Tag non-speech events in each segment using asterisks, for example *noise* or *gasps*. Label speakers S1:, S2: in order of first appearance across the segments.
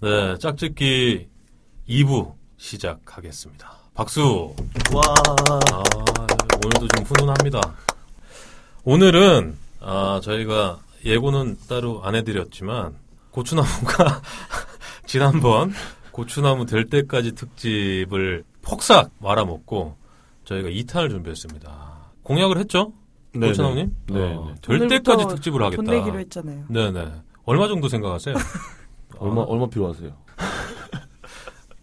S1: 네, 짝짓기 2부 시작하겠습니다. 박수!
S2: 와.
S1: 아, 오늘도 좀 훈훈합니다. 오늘은, 아, 저희가 예고는 따로 안 해드렸지만, 고추나무가 *laughs* 지난번 고추나무 될 때까지 특집을 폭삭 말아먹고, 저희가 2탄을 준비했습니다. 공약을 했죠?
S2: 네네.
S1: 고추나무님?
S2: 네네.
S1: 어, 될
S3: 오늘부터
S1: 때까지 특집을 하겠다.
S3: 돈 내기로 했잖아요.
S1: 네네. 얼마 정도 생각하세요?
S2: 얼마 얼마 필요하세요?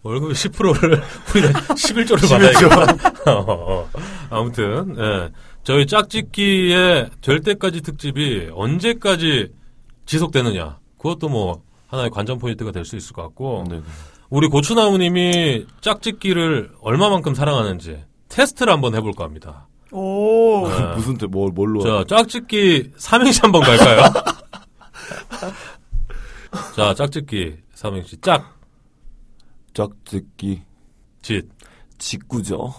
S1: 월급의 10%를 우리가 *laughs* 11조를 받아야겠다. *laughs* 어, 어. 아무튼 예. 저희 짝짓기의 될 때까지 특집이 언제까지 지속되느냐 그것도 뭐 하나의 관전 포인트가 될 수 있을 것 같고
S2: 네.
S1: 우리 고추나무님이 짝짓기를 얼마만큼 사랑하는지 테스트를 한번 해볼까 합니다.
S3: 오.
S1: 네.
S2: 무슨 때 뭘, 뭘로?
S1: 자 짝짓기 3행시 한번 갈까요? 자 짝짓기 3행시
S2: 짝짓기
S1: 짝짓기
S2: 직구죠.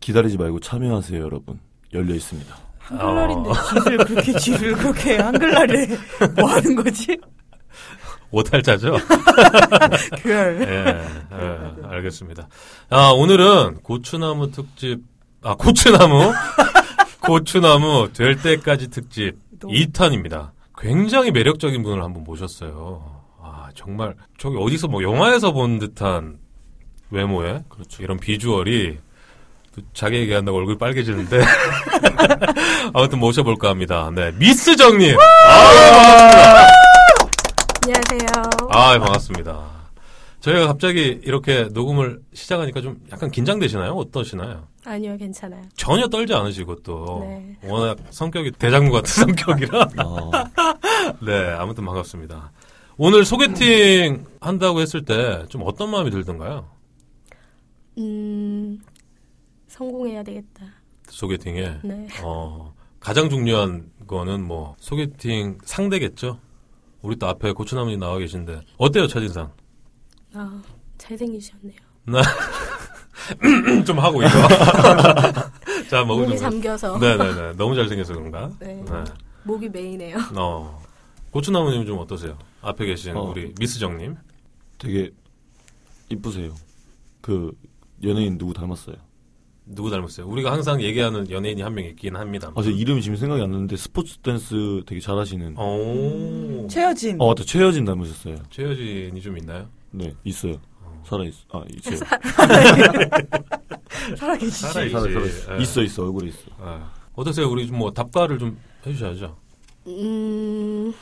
S2: 기다리지 말고 참여하세요, 여러분. 열려 있습니다.
S3: 한글날인데
S2: 어.
S3: 짓을 그렇게 짓을
S2: *laughs*
S3: 그렇게 한글날에 뭐 하는 거지?
S1: 오탈자죠?
S3: 그
S2: 네.
S1: 예, 예, 알겠습니다. 아, 오늘은 고추나무 특집, 아, 고추나무? *laughs* 고추나무 될 때까지 특집
S3: 너무-
S1: 2탄입니다. 굉장히 매력적인 분을 한분 모셨어요. 아, 정말, 저기 어디서 뭐 영화에서 본 듯한 외모에
S2: 그렇죠.
S1: 이런 비주얼이 또 자기 얘기한다고 얼굴 빨개지는데. *laughs* 아무튼 모셔볼까 합니다. 네. 미스정님!
S4: 안녕하세요.
S1: 아, 반갑습니다. 저희가 갑자기 이렇게 녹음을 시작하니까 좀 약간 긴장되시나요? 어떠시나요?
S4: 아. 니요 괜찮아요.
S1: 전혀 떨지 않으시고 또
S4: 네.
S1: 워낙 성격이 대장부 같은 *laughs* 성격이라
S2: 아,
S1: 네 아무튼 반갑습니다. 오늘 소개팅 한다고 했을 때 좀 어떤 마음이 들던가요?
S4: 음, 성공해야 되겠다.
S1: 소개팅에
S4: 네.
S1: 어, 가장 중요한 거는 뭐 소개팅 상대겠죠. 우리 또 앞에 고추나무님 나와 계신데 어때요 첫인상? *clears throat*
S4: 아, 잘생기셨네요.
S1: 좀 하고 이거 *laughs* 자 먹을
S4: 목이
S1: 좀
S4: 잠겨서.
S1: 네네네. 너무 잘생겨서 그런가?
S4: 네. 목이 메이네요.
S1: 어. 고추나무님 좀 어떠세요? 앞에 계신
S2: 어.
S1: 우리 미스정님.
S2: 되게 이쁘세요. 그 연예인 누구 닮았어요?
S1: 누구 닮았어요? 우리가 항상 얘기하는 연예인이 한 명 있긴 합니다.
S2: 아, 저 이름이 지금 생각이 안 나는데 스포츠 댄스 되게 잘하시는. 어,
S1: 오.
S3: 최여진.
S2: 맞다. 최여진 닮으셨어요.
S1: 최여진이 좀 있나요?
S2: 네, 있어요. *laughs* 살아 있어. 아, 있어요.
S3: 살아계시지.
S1: 살아 있-
S2: 살아 있어.
S1: 예.
S2: 있어 있어. 얼굴에 있어.
S1: 아. 어떠세요? 우리 좀 뭐 답가를 좀 해주셔야죠.
S4: 음,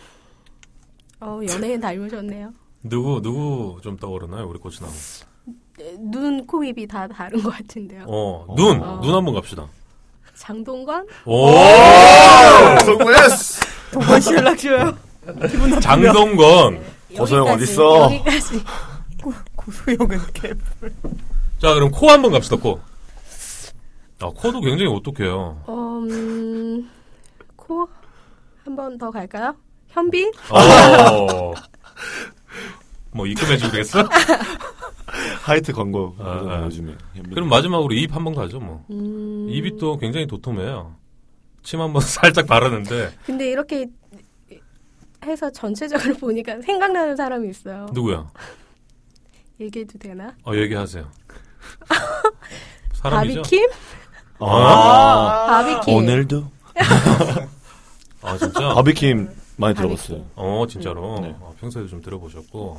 S4: 어, 연예인 닮으셨네요.
S1: 누구 누구 좀 떠오르나요? 우리 고추나무.
S4: 네, 눈, 코, 입이 다 다른 것 같은데요.
S1: 어, 눈!
S4: 어.
S1: 눈 한번 갑시다.
S4: 장동건?
S1: 오! 어.
S2: 성공했어.
S3: 도건 신락 줘요.
S2: 네.
S1: 장동건!
S2: 고소영
S4: 여기까지,
S2: 어딨어?
S4: 여기까지.
S3: 고- 고소영은 개.
S1: 자, 그럼 코 한번 갑시다, 코. 아, 코도 굉장히 오똑해요.
S4: 어, 음, 코? 한 번 더 갈까요? 현빈?
S1: 어. 뭐 입금해주면 되겠어?
S2: 하이트 광고
S1: 아,
S2: 하잖아요,
S1: 아.
S2: 요즘에.
S1: 그럼 마지막으로 입 한 번 가죠 뭐.
S4: 음,
S1: 입이 또 굉장히 도톰해요. 침 한 번 *laughs* 살짝 바르는데
S4: 근데 이렇게 해서 전체적으로 보니까 생각나는 사람이 있어요.
S1: 누구야?
S4: 얘기해도 되나?
S1: 어
S4: *laughs*
S1: 얘기하세요. 사람이죠?
S4: 바비킴?
S2: 아,
S4: 바비킴.
S2: 오늘도
S1: 아
S2: *laughs*
S1: 진짜?
S2: 어. 바비킴 많이
S4: 바비킴.
S2: 들어봤어요.
S1: 어 진짜로
S2: 네.
S1: 어, 평소에도 좀 들어보셨고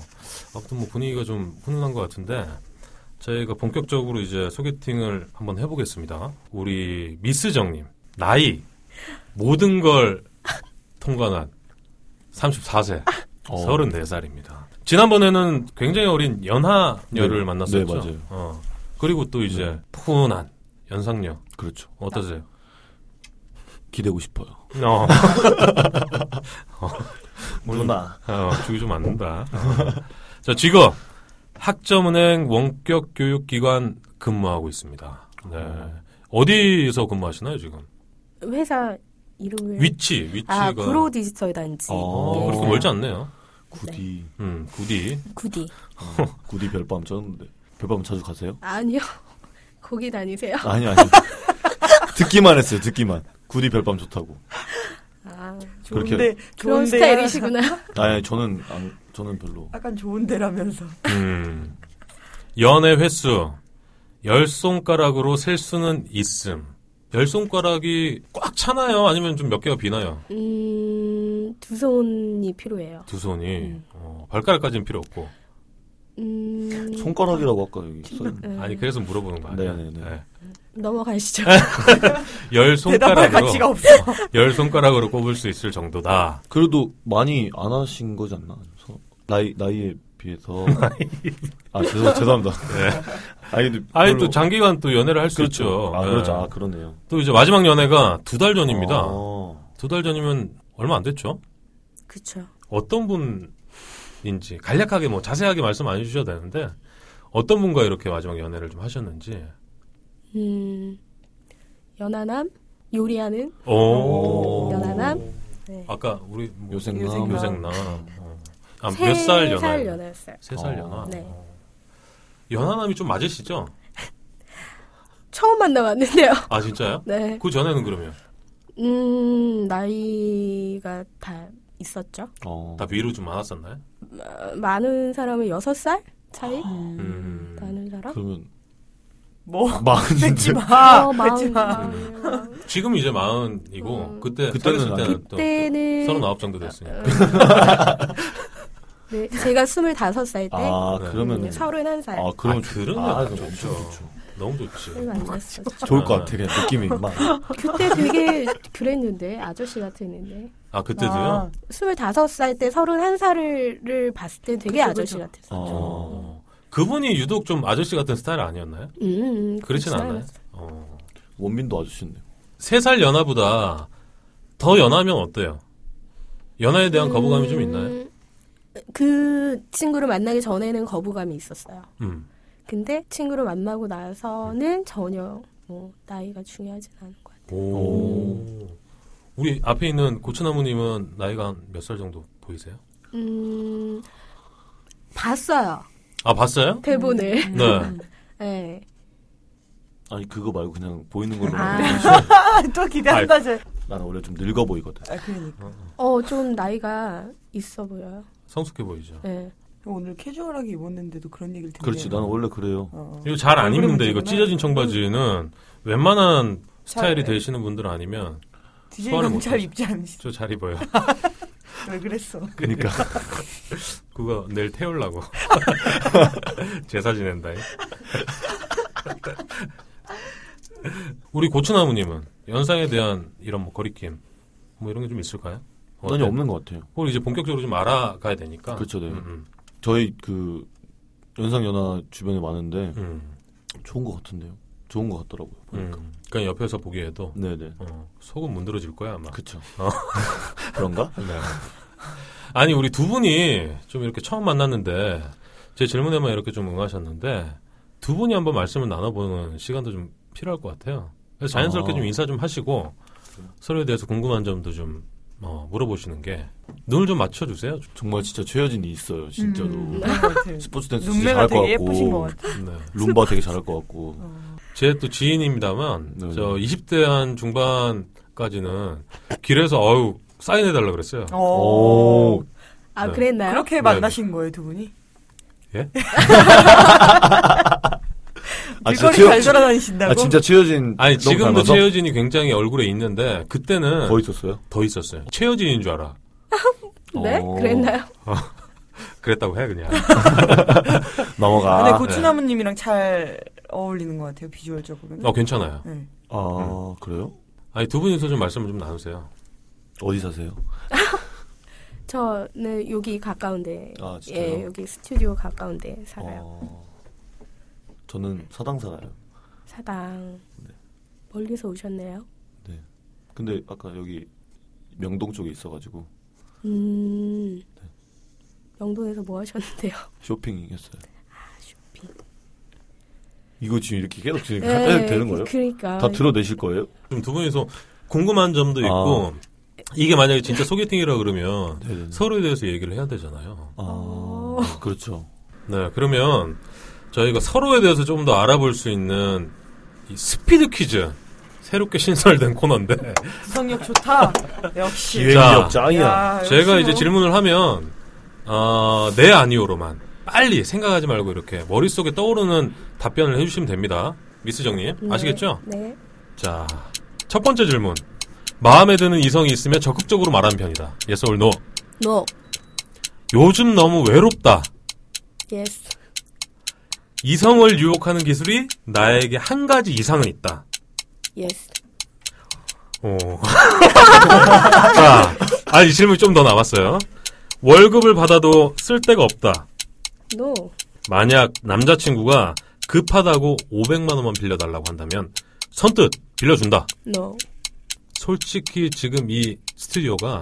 S1: 아무튼 뭐 분위기가 좀 훈훈한 것 같은데 저희가 본격적으로 이제 소개팅을 한번 해보겠습니다. 우리 미스정님 나이 모든 걸 통과한 34세
S2: 어.
S1: 34살입니다. 지난번에는 굉장히 어린 연하녀를
S2: 네,
S1: 만났었죠.
S2: 네, 맞아요. 네.
S1: 어. 그리고 또 이제 푸근한 연상녀
S2: 그렇죠.
S1: 어떠세요?
S2: 기대고 싶어요.
S1: 어.
S2: 누나.
S1: 어, 죽이 좀 맞는다. 어. 자, 직업. 학점은행 원격 교육기관 근무하고 있습니다. 네. 어디서 근무하시나요, 지금?
S4: 회사
S3: 네.
S4: 이름을
S1: 위치, 위치가.
S4: 아 브로 디지털 단지
S2: 어.
S1: 어, 그렇게 멀지 않네요.
S2: 구디
S3: 네.
S1: 음, 구디.
S4: 구디
S2: 구디 별밤 쳤는데 별밤 자주 가세요?
S4: 아니요 *laughs* 거기 다니세요?
S2: *laughs* 아니 아니 듣기만 했어요 듣기만 구디 별밤 좋다고
S4: 아
S2: 그렇게-
S3: 좋은데 좋은데
S4: 그런 스타일이시구나.
S2: 아니 저는 안, 저는 별로.
S3: 약간 좋은데라면서
S1: 음. 연애 횟수 열 손가락으로 셀 수는 있음. 열 손가락이 꽉 차나요? 아니면 좀 몇 개가 비나요?
S4: *laughs* 음, 두 손이 필요해요.
S1: 두 손이
S4: 음.
S1: 어, 발가락까지는 필요 없고.
S4: 음,
S2: 손가락이라고 아까 여기 써. 있는.
S3: 네.
S4: 음,
S1: 아니 그래서 물어보는 거 아니에요?
S2: 네, 네, 네.
S1: 네.
S4: 넘어가시죠.
S2: 아.
S1: 열
S3: 대답할 가치가
S1: 손가락으로
S3: 없어.
S1: 열 손가락으로 꼽을 수 있을 정도다.
S2: 그래도 많이 안 하신 거지 않나? 서- 나이 *laughs* 나이에 비해서. 아 죄송 *laughs* 죄송합니다. 네. 아니 근데
S1: 아니
S2: 별로-
S1: 또 장기간 또 연애를 할 수 있죠.
S2: 아
S1: 네.
S2: 그렇죠. 아 그러네요.
S1: 또 이제 마지막 연애가 두 달 전입니다.
S2: 아,
S1: 두 달 전이면 얼마 안 됐죠?
S4: *laughs* 그쵸.
S1: 어떤 분인지 간략하게 뭐 자세하게 말씀 안 해주셔도 되는데 어떤 분과 이렇게 마지막 연애를 좀 하셨는지.
S4: 음, 연하남? 요리하는?
S1: 오.
S4: 연하남? 네.
S1: 아까 우리 뭐
S2: 요생남.
S4: 요생남.
S1: 요생남. 어. 아,
S4: 세
S1: 몇살
S4: 살
S1: 연하?
S4: 연하였어요.
S1: 세살
S2: 어.
S1: 연하.
S4: 네.
S1: 어. 연하남이 좀 맞으시죠?
S4: 처음 만나봤는데요.
S1: 아 진짜요?
S4: 네.
S1: 그 전에는 그러면
S4: 음, 나이가 다 있었죠.
S2: 어.
S1: 다 위로 좀 많았었나요?
S4: 어, 많은 사람은 여섯 살 차이?
S3: 아.
S1: 음.
S4: 많은 사람?
S2: 그러면 *laughs*
S3: 뭐 뺏지
S2: 많은데
S1: 아,
S3: 마.
S1: 그렇죠.
S4: 어,
S3: 뺏지
S4: 마흔,
S3: 마.
S1: 음.
S4: 마흔.
S1: 지금 이제 마흔이고
S4: 음.
S1: 그때
S2: 그때는
S1: 사귀었을 때는 또
S4: 그때는
S1: 서른아홉 정도 됐으니까.
S4: 네, 제가 스물다섯 살 때,
S2: 아
S1: 네.
S2: 그러면
S4: 서른한 살.
S2: 아 그러면
S1: 아, 그- 그런
S2: 아,
S1: 여자
S2: 그럼
S1: 좋죠.
S2: 좋죠.
S1: 너무 좋지.
S4: 얼마 안 됐어.
S2: 좋을 것 같아 그냥 *laughs* 느낌이 막
S4: 그때 되게 그랬는데 아저씨 같았는데
S1: 아 그때도요.
S4: 스물다섯 살 때 서른한 살을 봤을 때 되게
S3: 그쵸,
S4: 아저씨
S3: 그쵸.
S4: 같았어.
S2: 어.
S1: 어. 그분이 유독 좀 아저씨 같은 스타일 아니었나요?
S4: 음, 음,
S1: 그렇진
S4: 그렇지
S1: 않나요?
S4: 않았어.
S1: 어.
S2: 원빈도 아저씨네요.
S1: 세 살 연하보다 더 연하면 어때요? 연하에 대한 거부감이 좀 있나요?
S4: 음, 그 친구를 만나기 전에는 거부감이 있었어요.
S1: 음.
S4: 근데 친구를 만나고 나서는 전혀 뭐 나이가 중요하진 않은 것 같아요.
S1: 오. 우리 앞에 있는 고추나무님은 나이가 몇 살 정도 보이세요?
S4: 음, 봤어요.
S1: 아 봤어요?
S4: 대본을.
S1: 네.
S4: *laughs*
S1: *laughs*
S4: 네.
S2: 아니 그거 말고 그냥 보이는 걸로.
S4: 아.
S3: 또 기대한다 쟤.
S2: 나는 원래 좀 늙어 보이거든.
S3: 아 그러니까
S4: 어, 좀 나이가 있어 보여요.
S1: 성숙해 보이죠.
S4: 네.
S3: 오늘 캐주얼하게 입었는데도 그런 얘기를 듣네.
S2: 그렇지 나는 원래 그래요.
S3: 어.
S1: 이거 잘 안
S3: 얼굴이
S1: 입는데 이거
S3: 문제구나.
S1: 찢어진 청바지는 웬만한 스타일이
S3: 잘-
S1: 되시는 분들 아니면
S2: 예?
S3: DJ
S1: 소화를
S3: 검찰
S1: 못해.
S3: 입지 않으시.
S1: 저 잘 입어요.
S3: 왜 그랬어?
S2: 그러니까 *laughs*
S1: 그거 내일 태우려고 제사 지낸다. 우리 고추나무님은 연상에 대한 이런 뭐 거리낌 뭐 이런 게 좀 있을까요?
S2: 전혀 없는 것 같아요.
S1: 우리 이제 본격적으로 좀 알아가야 되니까.
S2: 그렇죠, 네.
S1: 음,
S2: 저희 그 연상 연하 주변에 많은데
S1: 음, 음,
S2: 좋은 것 같은데요. 좋은 것 같더라고요. 보니까.
S1: 음. 그러니까 옆에서 보기에도
S2: 네네.
S1: 어, 속은 문드러질 거야 아마.
S2: 그쵸.
S1: 어.
S2: *laughs* 그런가?
S1: 네. 아니 우리 두 분이 좀 이렇게 처음 만났는데 제 질문에만 이렇게 좀 응하셨는데 두 분이 한번 말씀을 나눠보는 시간도 좀 필요할 것 같아요. 그래서 자연스럽게
S2: 아.
S1: 좀 인사 좀 하시고 서로에 대해서 궁금한 점도 좀 어, 물어보시는 게 눈을 좀 맞춰주세요.
S2: 정말 진짜 최여진이 있어요. 진짜로.
S3: 음, 그런 것 같아요.
S2: 스포츠 댄스 진짜
S3: 눈매가
S2: 잘할 것
S3: 되게
S2: 같고.
S3: 예쁘신 것 같아.
S1: 네.
S2: 룸바 되게 잘할 것 같고.
S1: 제 또 지인입니다만
S2: 네,
S1: 저 20대 한 중반까지는 길에서 어우 사인해달라 그랬어요.
S3: 어.
S2: 오.
S4: 아,
S1: 네.
S4: 그랬나요?
S3: 그렇게 만나신 거예요 두 분이?
S1: 예?
S2: 아, 진짜
S3: 길거리
S2: 최여-
S3: 잘 돌아다니신다고?
S2: 아 진짜 최여진
S1: 아니
S2: 너무
S1: 지금도
S2: 닮아서?
S1: 최효진이 굉장히 얼굴에 있는데 그때는
S2: 거의 있었어요.
S1: 더 있었어요. 최효진인 줄 알아.
S4: 네?
S2: 어.
S4: 그랬나요?
S1: 그랬다고 해 그냥. *laughs*
S2: 넘어가.
S3: 근데 고추나무님이랑 잘 어울리는 것 같아요 비주얼적으로.
S1: 어 괜찮아요.
S3: 네.
S1: 음.
S2: 아 그래요?
S1: 아니 두 분이서 좀 말씀을 좀 나누세요.
S2: 어디 사세요?
S4: 저는 여기 가까운데.
S2: 아, 진짜요?
S4: 예, 여기 스튜디오 가까운데 살아요.
S2: 어, 저는 사당 살아요.
S4: 사당.
S2: 네.
S4: 멀리서 오셨네요.
S2: 근데 아까 여기 명동 쪽에 있어가지고
S4: 음.
S2: 네.
S4: 명동에서 뭐 하셨는데요?
S2: 쇼핑했어요.
S4: 아, 쇼핑.
S2: 이거 지금 이렇게 계속 지금
S4: 예,
S2: 해도 되는 거예요?
S4: 그러니까.
S2: 다 드러내실 거예요?
S1: 좀 두 분이서 궁금한 점도 있고 이게 만약에 진짜 소개팅이라 그러면
S2: 네네.
S1: 서로에 대해서 얘기를 해야 되잖아요.
S2: 아, 그렇죠.
S1: 네 그러면 저희가 서로에 대해서 조금 더 알아볼 수 있는 이 스피드 퀴즈 새롭게 *laughs* 신설된 코너인데
S3: 구성력 좋다. 역시.
S2: 기획력
S1: 자,
S2: 짱이야.
S3: 야,
S1: 제가
S3: 역시
S1: 이제
S3: 뭐
S1: 질문을 하면 어, 네 아니오로만 빨리 생각하지 말고 이렇게 머릿속에 떠오르는 답변을 해주시면 됩니다. 미스정님
S4: 네.
S1: 아시겠죠?
S4: 네.
S1: 자, 첫 번째 질문. 마음에 드는 이성이 있으면 적극적으로 말하는 편이다. Yes or no.
S4: No.
S1: 요즘 너무 외롭다.
S4: Yes.
S1: 이성을 유혹하는 기술이 나에게 한 가지 이상은 있다.
S4: Yes.
S1: 오. *laughs* 자, 아, 이 질문이 좀 더 남았어요. 월급을 받아도 쓸 데가 없다.
S4: No.
S1: 만약 남자친구가 급하다고 500만 원만 빌려달라고 한다면 선뜻 빌려준다.
S4: No.
S1: 솔직히 지금 이 스튜디오가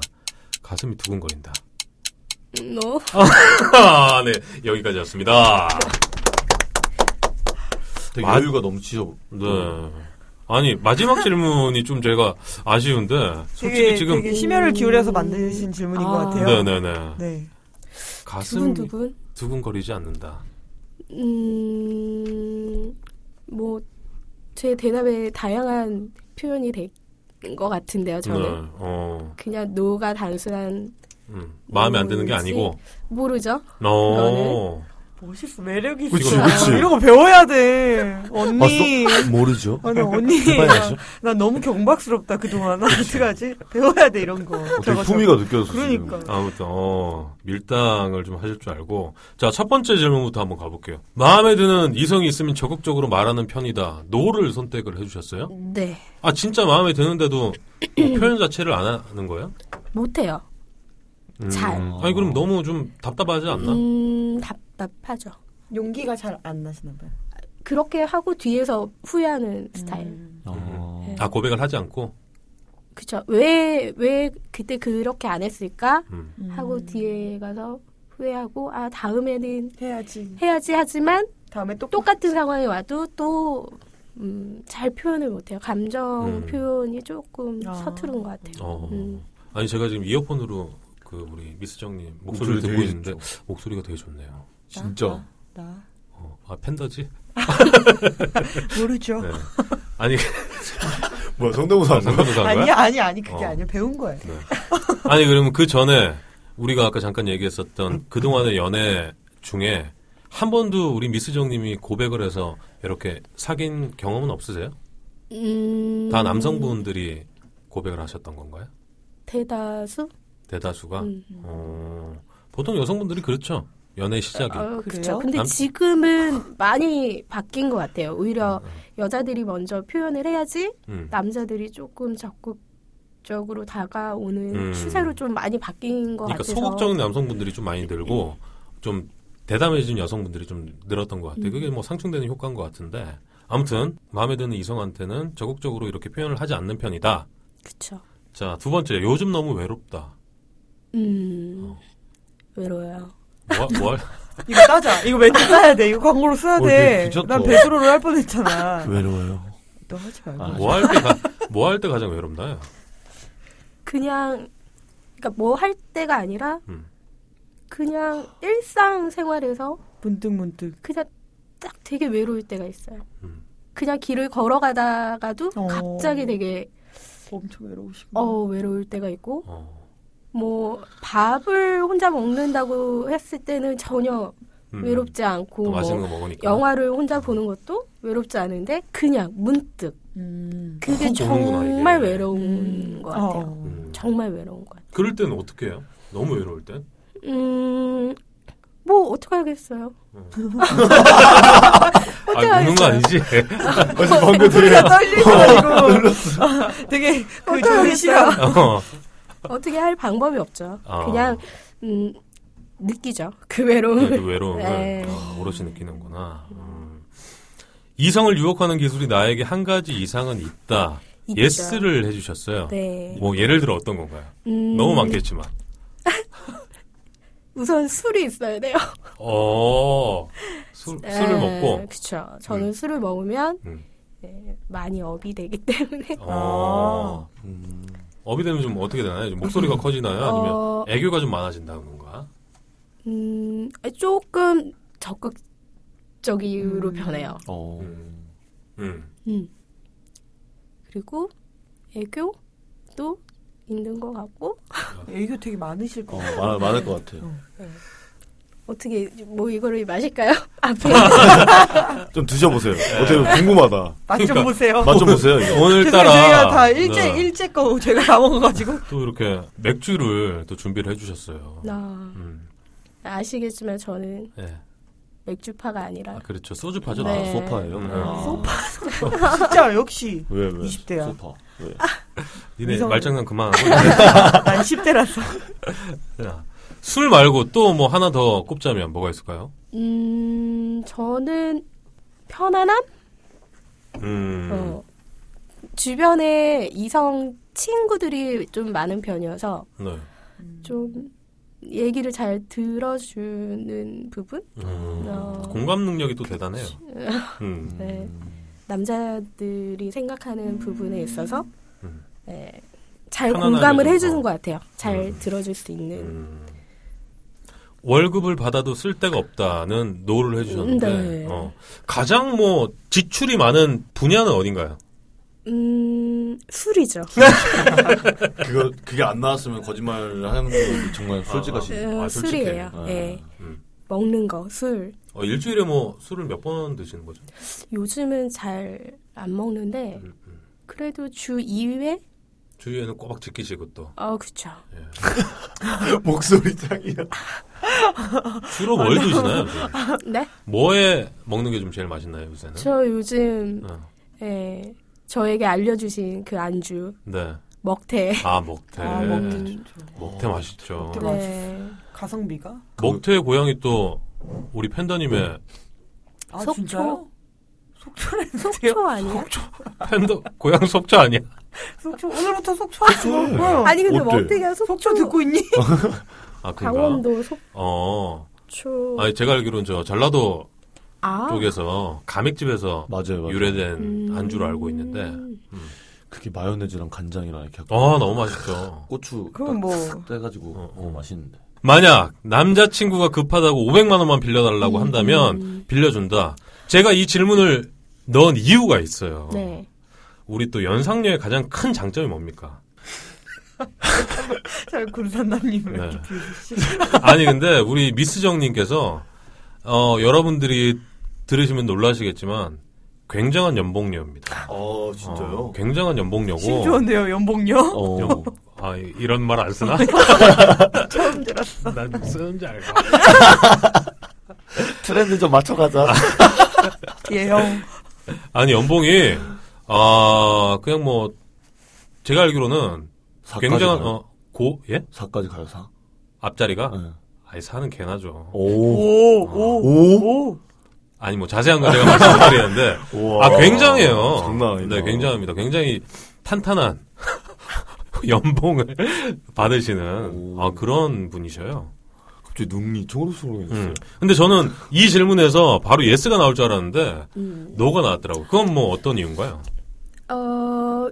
S1: 가슴이 두근거린다.
S4: No.
S1: 아, 네 여기까지였습니다.
S2: 되게
S1: 아,
S2: 여유가 어. 넘치죠.
S1: 네. 아니 마지막 질문이 좀 제가 아쉬운데 솔직히
S3: 되게,
S1: 지금
S3: 되게 심혈을 기울여서 만드신 질문인
S4: 아.
S3: 것 같아요.
S1: 네네네
S3: 네.
S1: 가슴 이
S4: 두근두근.
S1: 두근거리지 않는다.
S4: 음. 뭐 제 대답에 다양한 표현이 된 것 같은데요.
S1: 네.
S4: 저는
S1: 어.
S4: 그냥 no가 단순한
S1: 음. 마음에 안 드는 게 아니고.
S4: 모르죠.
S1: 어.
S3: 멋있어. 매력이 있어.
S1: 그치, 그치.
S3: 이런 거 배워야 돼. 언니.
S2: 아, 모르죠.
S3: 아, 나 언니.
S2: 해봐야죠.
S3: 나 너무 경박스럽다, 그동안. *laughs* 어떡하지? 배워야 돼, 이런 거.
S2: 어, 되게
S3: 저거, 저거.
S2: 품위가 느껴졌어요.
S3: 그러니까.
S1: 아무튼 어, 밀당을 좀 하실 줄 알고 자 첫 번째 질문부터 한번 가볼게요. 마음에 드는 이성이 있으면 적극적으로 말하는 편이다. 노를 선택을 해주셨어요?
S4: 네.
S1: 아 진짜 마음에 드는데도 뭐 표현 자체를 안 하는 거예요?
S4: 못해요.
S1: 음.
S4: 잘.
S1: 아니 그럼 너무 좀 답답하지 않나?
S4: 음, 답답하죠.
S3: 용기가 잘 안 나시나 봐요.
S4: 그렇게 하고 뒤에서 후회하는 스타일.
S3: 음.
S2: 어.
S4: 네.
S1: 아 고백을 하지 않고.
S4: 그쵸. 왜, 왜 그때 그렇게 안 했을까?
S1: 음.
S4: 하고 뒤에 가서 후회하고, 아, 다음에는
S3: 해야지.
S4: 해야지 하지만
S3: 다음에 또
S4: 똑같은 상황이 와도 또, 음, 잘 표현을 못해요. 감정
S1: 음.
S4: 표현이 조금
S3: 아.
S4: 서투른 것 같아요.
S1: 어.
S4: 음.
S1: 아니 제가 지금 이어폰으로 그 우리 미스정님 목소리를
S2: 목소리
S1: 듣고
S2: 되게
S1: 있는데 목소리가 되게 좋네요.
S2: 진짜.
S3: 아. 나
S1: 어, 아 팬더지? *laughs*
S3: 모르죠.
S1: 네. 아니
S2: 뭐야, 성대모사 안 나와?
S1: 상관없어 거야?
S3: 아니 아니 아니 그게
S1: 어.
S3: 아니야 배운 거야.
S1: 아니 그러면 그 전에 우리가 아까 잠깐 얘기했었던 그 동안의 연애 중에 한 번도 우리 미스정님이 고백을 해서 이렇게 사귄 경험은 없으세요?
S4: 음,
S1: 다 남성분들이 고백을 하셨던 건가요?
S4: 대다수?
S1: 대다수가
S4: 음.
S1: 어, 보통 여성분들이 그렇죠 연애 시작이
S4: 어,
S3: 아, 그래요?
S4: 그렇죠. 근데
S1: 남-
S4: 지금은 많이 바뀐 것 같아요. 오히려 여자들이 먼저 표현을 해야지
S1: 음.
S4: 남자들이 조금 적극적으로 다가오는
S1: 음.
S4: 추세로 좀 많이 바뀐 것
S1: 그러니까
S4: 같아서. 예.
S1: 소극적인 남성분들이 좀 많이 늘고 좀 대담해진 여성분들이 좀 늘었던 것 같아요.
S4: 음.
S1: 그게 뭐 상충되는 효과인 것 같은데 아무튼 마음에 드는 이성한테는 적극적으로 이렇게 표현을 하지 않는 편이다.
S4: 그쵸.
S1: 자 두 번째 요즘 너무 외롭다. 어.
S4: 음. 외로워요.
S1: 뭐, 뭐 할-
S3: 이거 따자. 이거 왠지 따야 돼. 이거 광고로 써야
S2: 어, 되게
S3: 돼.
S2: 괜찮다.
S3: 난 베드로를 할 뻔했잖아.
S2: 외로워요.
S3: 너 하지 말고.
S2: 아.
S1: 뭐 할 때, 가, 뭐 할 때 가장 외롭나요?
S4: 그냥 그러니까 뭐 할 때가 아니라
S1: 음.
S4: 그냥 일상 생활에서
S3: 문득 문득.
S4: 그냥 딱 되게 외로울 때가 있어요.
S1: 음.
S4: 그냥 길을 걸어가다가도
S3: 어. 음.
S4: 갑자기 되게
S3: 엄청 외로우시고.
S4: 어 외로울 때가 있고
S1: 어.
S4: 뭐 밥을 혼자 먹는다고 했을 때는 전혀
S1: 음.
S4: 외롭지 않고
S1: 또
S4: 뭐
S1: 맛있는 거 먹으니까.
S4: 영화를 혼자 보는 것도 외롭지 않은데 그냥 문득
S3: 음.
S4: 그게
S1: 훅 오는구나, 어, 이게.
S4: 정말 외로운
S3: 음.
S4: 것 같아요.
S3: 어.
S1: 음.
S4: 정말 외로운 것 같아요.
S1: 그럴 때는 어떻게 해요? 너무 외로울 땐?
S4: 음, 뭐 어떻게 하겠어요?
S1: 음. 아, 우는 거
S4: 하겠어요?
S1: 아니지? *laughs*
S2: 아니, 방금 되게
S3: 소리가 떨리셔가지고 되게 그 좋은
S4: 어떡하겠어요?
S3: 시간
S1: 어.
S4: 어떻게 할 방법이 없죠.
S1: 아.
S4: 그냥 음, 느끼죠. 그
S1: 그래도
S4: 외로움을.
S1: 외로움을
S4: 네.
S1: 아, 오롯이 느끼는구나. 음. 이성을 유혹하는 기술이 나에게 한 가지 이상은 있다.
S4: 있죠.
S1: 예스를 해주셨어요.
S4: 네.
S1: 뭐 예를 들어 어떤 건가요?
S4: 음,
S1: 너무 많겠지만.
S4: 우선 술이 있어야 돼요.
S1: 어, 술, *laughs* 술을
S3: 네,
S1: 먹고.
S4: 그렇죠. 저는 술을 먹으면
S1: 음.
S4: 네, 많이 업이 되기 *laughs* 때문에.
S1: 어. 업이 되면 좀 어떻게 되나요? 좀 목소리가
S3: 음.
S1: 커지나요? 아니면
S4: 어,
S1: 애교가 좀 많아진다던가?
S4: 음, 조금 적극적으로 변해요.
S3: *laughs*
S2: 어.
S1: 음.
S4: 음. 그리고 애교도 있는 것 같고
S3: 애교 되게 많으실 것
S2: 어,
S3: 같아요.
S2: 많, 많을 것
S3: 음.
S2: 같아요.
S4: 어떻게 뭐 이거를 마실까요? *laughs* 앞에
S2: 좀 드셔보세요. 어떻게 보면 궁금하다.
S3: 맛 좀
S1: 그러니까.
S3: 보세요.
S2: 맛 좀 보세요. 이거.
S1: 오늘따라
S3: 죄송해요. 저희가 다 일제
S1: 네.
S3: 일제 거 제가 다 먹어가지고
S1: 또 이렇게 맥주를 또 준비를 해주셨어요.
S4: 나
S1: 음,
S4: 아시겠지만 저는
S1: 예.
S4: 맥주파가 아니라
S1: 아, 그렇죠. 소주파죠.
S4: 네.
S2: 아, 소파예요.
S1: 음.
S2: 아.
S3: 소파. 진짜 역시
S2: 왜 왜?
S3: 20대 야. 아,
S2: 소파. 왜?
S1: 니네
S3: 이성-
S1: 말장난 그만하고.
S3: 난 10대라서
S1: 야, 네. 술 말고 또 뭐 하나 더 꼽자면 뭐가 있을까요?
S4: 음 저는 편안함
S1: 음.
S4: 어, 주변에 이성 친구들이 좀 많은 편이어서
S1: 네.
S4: 좀 얘기를 잘 들어주는 부분
S1: 음.
S4: 어.
S1: 공감 능력이 또 대단해요. 음.
S4: 네. 남자들이 생각하는 부분에 있어서
S1: 음.
S4: 네, 잘
S1: 편안하게
S4: 공감을
S1: 좀
S4: 해주는
S1: 더.
S4: 것 같아요. 잘
S1: 음.
S4: 들어줄 수 있는.
S1: 음. 월급을 받아도 쓸 데가 없다는 노를 해주셨는데
S4: 네.
S1: 어, 가장 뭐 지출이 많은 분야는 어딘가요?
S4: 음, 술이죠.
S2: 그거 그게 안 나왔으면 거짓말 하는 거 정말 솔직하신.
S4: 음, 술이에요.
S2: 아,
S4: 예.
S1: 음.
S4: 먹는 거, 술.
S1: 어, 일주일에 뭐 술을 몇 번 드시는 거죠?
S4: 요즘은 잘 안 먹는데,
S1: 음, 음.
S4: 그래도 주 2회?
S1: 주위에는 꼬박 지키시고 또
S4: 어, 그쵸.
S1: 예.
S3: 네.
S2: *laughs* 목소리 짱이야.
S1: 주로 뭘 드시나요? 요새?
S4: 네?
S1: 어? 뭐에 먹는 게 좀 제일 맛있나요 요새는?
S4: 저 요즘,
S1: 어,
S4: 예, 저에게 알려주신 그 안주,
S1: 네.
S4: 먹태.
S1: 아 먹태.
S3: 아 먹기 좋죠.
S1: 먹태 맛있죠.
S3: 먹태
S4: 네.
S3: 가성비가
S1: 먹태의 고향이 또 우리 팬더님의
S3: 아,
S4: 속초.
S3: 진짜요? 속초라는
S4: 속초 아니야?
S1: 팬더 고향 속초 아니야?
S3: 속초 오늘부터 속초 하죠. 어.
S4: 아니, 근데
S2: 어때?
S4: 먹태가 속초,
S3: 속초 듣고 있니?
S1: 아 그런가?
S4: 강원도
S1: 어.
S4: 속초.
S1: 아니 제가 알기로는 저 전라도
S4: 아.
S1: 쪽에서 가맥집에서
S2: 맞아요, 맞아요.
S1: 유래된
S4: 음.
S1: 그 안주로 알고 있는데
S2: 그게 마요네즈랑 간장이랑 이렇게
S1: 아
S2: 하고
S1: 너무 맛있죠.
S2: 고추
S3: *laughs* 그럼 뭐
S2: 떼가지고
S1: 어,
S2: 어, 맛있는데.
S1: 만약 남자친구가 급하다고 500만 원만 빌려달라고
S4: 음.
S1: 한다면 빌려준다. 제가 이 질문을 넣은 이유가 있어요.
S4: 네.
S1: 우리 또 연상녀의 가장 큰 장점이 뭡니까?
S3: *laughs* 잘 군산남님을
S1: 네.
S3: 이렇게 비우시.
S1: 아니 근데 우리 미스정님께서 어, 여러분들이 들으시면 놀라시겠지만 굉장한 연봉녀입니다.
S2: 아
S1: 어, 굉장한 연봉녀고.
S3: 신조언데요 연봉녀.
S2: 어.
S1: 영- 아, 이- 이런 말 안 쓰나?
S3: *laughs* 처음 들었어.
S1: 난 쓰는지 알고.
S2: 트렌드 좀 맞춰가자.
S3: 예영.
S1: 아니, 연봉이, 아, 그냥 뭐, 제가 알기로는 굉장한, 어, 고, 예?
S2: 4까지 가요, 4.
S1: 앞자리가?
S3: 네.
S1: 아니, 사는 개나죠.
S2: 오.
S3: 오오오
S2: 오.
S1: 아니, 뭐, 자세한 건 제가 *laughs* 말씀드리는데.
S2: 우와.
S1: 아, 굉장해요.
S2: 장난 아니다.
S1: 네, 굉장합니다. 굉장히 탄탄한 *laughs* 연봉을 *laughs* 받으시는
S2: 오.
S1: 아, 그런 분이셔요.
S2: 갑자기 눈이 초록초록해졌어요.
S1: 음. 근데 저는 이 질문에서 바로 예스가 나올 줄 알았는데, 노가 나왔더라고. 그건 뭐 어떤 이유인가요?
S4: 어,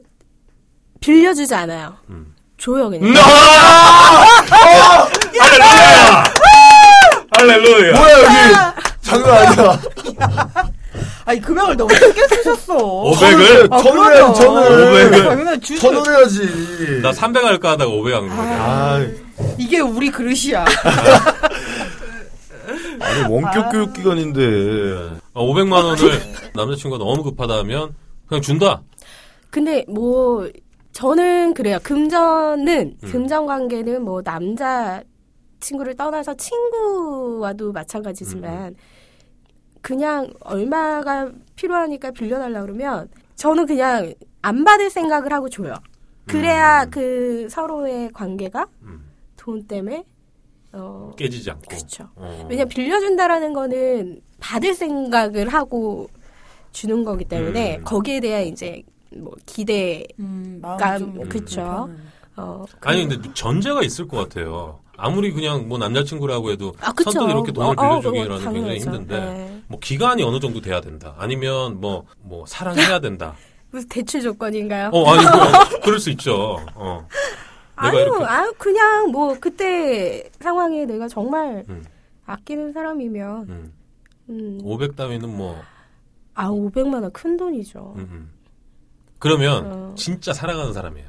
S4: 빌려주지 않아요.
S1: 음.
S4: 줘요, 그냥.
S1: 아! 어! 할렐루야! 할렐루야!
S2: 뭐야, 여기! 장난 아니야.
S3: 아니 금액을 너무 크게 쓰셨어.
S1: 500을?
S3: 아,
S2: 천을
S3: 그럼요.
S2: 천을.
S1: 오백을.
S3: 당연히 주시.
S2: 천원 해야지.
S1: 나 300 할까 하다가 500 한 거야.
S2: 아,
S3: 이게 우리 그릇이야.
S2: 아니, 원격 교육기관인데.
S1: 어, 500만 원을 남자친구가 너무 급하다면 그냥 준다.
S4: 근데 뭐, 저는 그래요. 금전은,
S1: 음.
S4: 금전 관계는 뭐, 남자 친구를 떠나서 친구와도
S1: 음,
S4: 마찬가지지만, 그냥 얼마가 필요하니까 빌려달라 그러면, 저는 그냥 안 받을 생각을 하고 줘요. 그래야
S1: 음.
S4: 그 서로의 관계가
S1: 음,
S4: 돈 때문에, 어,
S1: 깨지지 않고.
S4: 그쵸.
S1: 어.
S4: 왜냐 빌려준다라는 거는 받을 생각을 하고 주는 거기 때문에
S1: 음.
S4: 거기에 대한 이제 뭐 기대감
S3: 음,
S4: 그쵸 어
S1: 아니
S4: 그-
S1: 근데 전제가 있을 것 같아요. 아무리 그냥 뭐 남자친구라고 해도
S4: 아, 그쵸.
S1: 선뜻 이렇게 돈을
S4: 어, 어,
S1: 빌려주기라는
S4: 그거
S1: 굉장히
S4: 당연하죠.
S1: 힘든데
S4: 네.
S1: 뭐 기간이 어느 정도 돼야 된다. 아니면 뭐 뭐
S4: *laughs*
S1: 사랑해야 된다.
S4: 무슨 대출 조건인가요?
S1: 어 아니
S4: 그렇죠.
S1: 뭐, 그럴 수 있죠. 어. 내가
S4: 아니요,
S1: 이렇게-
S4: 아 그냥 뭐 그때 상황에 내가 정말
S1: 음.
S4: 아끼는 사람이면
S1: 음.
S4: 음.
S1: 500 따위는 뭐
S4: 아 500만 원 큰 돈이죠.
S1: 음, 음. 그러면
S4: 어.
S1: 진짜 사랑하는 사람이에요.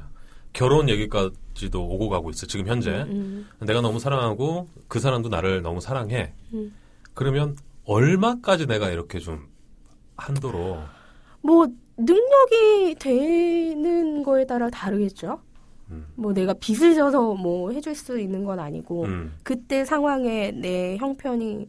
S1: 결혼 얘기까지도 오고 가고 있어 지금 현재.
S4: 음,
S1: 내가 너무 사랑하고 그 사람도 나를 너무 사랑해.
S4: 음.
S1: 그러면 얼마까지 내가 이렇게 좀 한도로
S4: 뭐 능력이 되는 거에 따라 다르겠죠.
S1: 음,
S4: 뭐 내가 빚을 져서 뭐 해줄 수 있는 건 아니고
S1: 음,
S4: 그때 상황에 내 형편이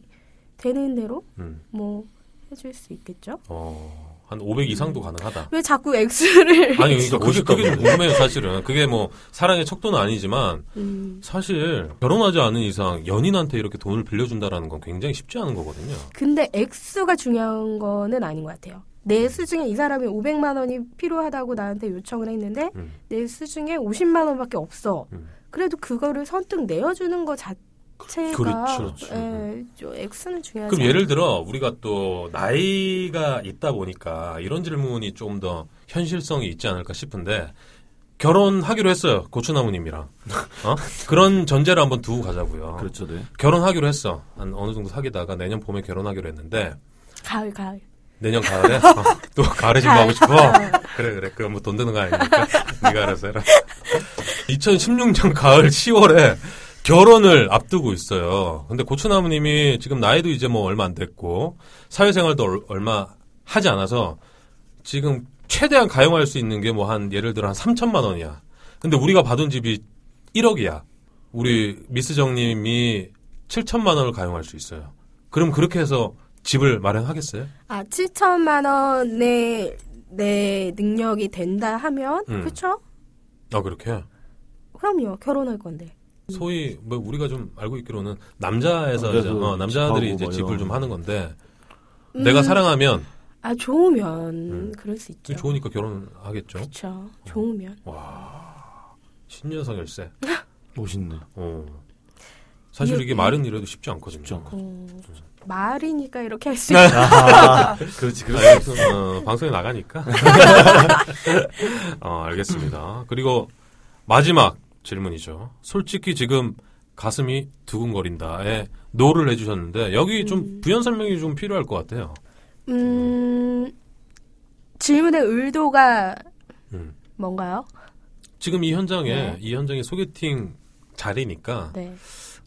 S4: 되는 대로
S1: 음.
S4: 뭐 해줄 수 있겠죠.
S1: 어, 한 500 이상도 가능하다.
S4: 왜 자꾸 액수를
S1: 아니 그러니까 그게,
S2: 음. 멋있다,
S1: 그게 좀
S2: 근데.
S1: 궁금해요 사실은 그게 뭐 사랑의 척도는 아니지만
S4: 음.
S1: 사실 결혼하지 않은 이상 연인한테 이렇게 돈을 빌려준다라는 건 굉장히 쉽지 않은 거거든요.
S4: 근데 액수가 중요한 거는 아닌 것 같아요.
S1: 음.
S4: 내 수중에 이 사람이 500만 원이 필요하다고 나한테 요청을 했는데
S1: 음.
S4: 내 수중에 50만 원밖에 없어.
S1: 음.
S4: 그래도 그거를 선뜻 내어주는 것 자체가
S1: 그렇죠, 그렇지, 그렇지.
S4: 예, 저 액수는 중요하지.
S1: 그럼 예를 들어 우리가 또 나이가 있다 보니까 이런 질문이 조금 더 현실성이 있지 않을까 싶은데 결혼하기로 했어요 고추나무님이랑 어? 그런 전제를 한번 두고 가자고요.
S2: 그렇죠, 네.
S1: 결혼하기로 했어 한 어느 정도 사귀다가 내년 봄에 결혼하기로 했는데
S4: 가을 가을.
S1: 내년 가을에 어, 또 가을에 좀 가고 싶어 그래 그래 그건 뭐돈 드는 거 아니니까 *laughs* 네가 알아서 해라 2016년 가을 10월에 결혼을 앞두고 있어요 근데 고추나무님이 지금 나이도 이제 뭐 얼마 안 됐고 사회생활도 얼- 얼마 하지 않아서 지금 최대한 가용할 수 있는 게 뭐 한 예를 들어 한 3천만 원이야 근데 우리가 받은 집이 1억이야 우리 미스정님이 7천만 원을 가용할 수 있어요 그럼 그렇게 해서 집을 마련하겠어요?
S4: 아 7천만 원의 내 능력이 된다 하면
S1: 음.
S4: 그렇죠?
S1: 아 그렇게
S4: 그럼요 결혼할 건데.
S1: 소위 뭐 우리가 좀 알고 있기로는 남자에서 이제,
S2: 남자도
S1: 어, 남자들이
S2: 집하고
S1: 이제
S2: 뭐
S1: 집을
S2: 이런.
S1: 좀 하는 건데
S4: 음,
S1: 내가 사랑하면
S4: 아 좋으면
S1: 음. 어.
S4: 그럴 수 있죠.
S1: 좋으니까 결혼하겠죠.
S4: 그렇죠. 좋으면.
S1: 신년성 열쇠.
S2: 멋있네.
S1: 어. 사실 이게 말은 이래도 쉽지 않거든요.
S2: 쉽지 않고.
S4: 어, 말이니까 이렇게 할 수 있
S2: 아, 그렇지, 그렇지.
S1: 알겠습니다. 어, 방송에
S2: *laughs*
S1: 나가니까. 어, 알겠습니다. 그리고 마지막 질문이죠. 솔직히 지금 가슴이 두근거린다에 노를 해주셨는데 여기 좀 부연 설명이 좀 필요할 것 같아요.
S4: 음, 질문의 의도가
S1: 음.
S4: 뭔가요?
S1: 지금 이 현장에
S4: 네.
S1: 이 현장이 소개팅 자리니까
S4: 네.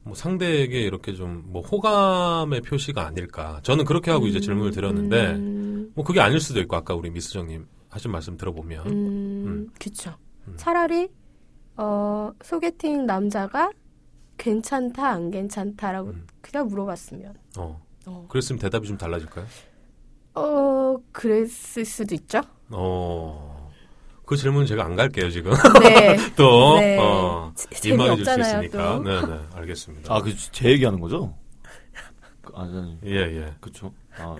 S1: 뭐 상대에게 이렇게 좀 뭐 호감의 표시가 아닐까 저는 그렇게 하고 이제
S4: 음,
S1: 질문을 드렸는데
S4: 음,
S1: 뭐 그게 아닐 수도 있고 아까 우리 미스정님 하신 말씀 들어보면
S4: 음,
S1: 음.
S4: 그쵸.
S1: 음.
S4: 차라리, 어, 소개팅 남자가 괜찮다, 안 괜찮다라고
S1: 음.
S4: 그냥 물어봤으면.
S1: 어
S4: 어.
S1: 그랬으면 대답이 좀 달라질까요?
S4: 어, 그랬을
S1: *laughs*
S4: 수도 있죠?
S1: 어그 질문은 제가 안 갈게요 지금 *laughs*
S4: 네.
S1: 또
S4: 네.
S1: 어,
S4: 재-
S1: 민망해질 수
S4: 재미없잖아요,
S1: 있으니까
S4: 또.
S1: 네네 알겠습니다
S2: 아, 그 제 얘기하는 거죠? 그, 아, 아니,
S1: 예예
S2: 그쵸. 아,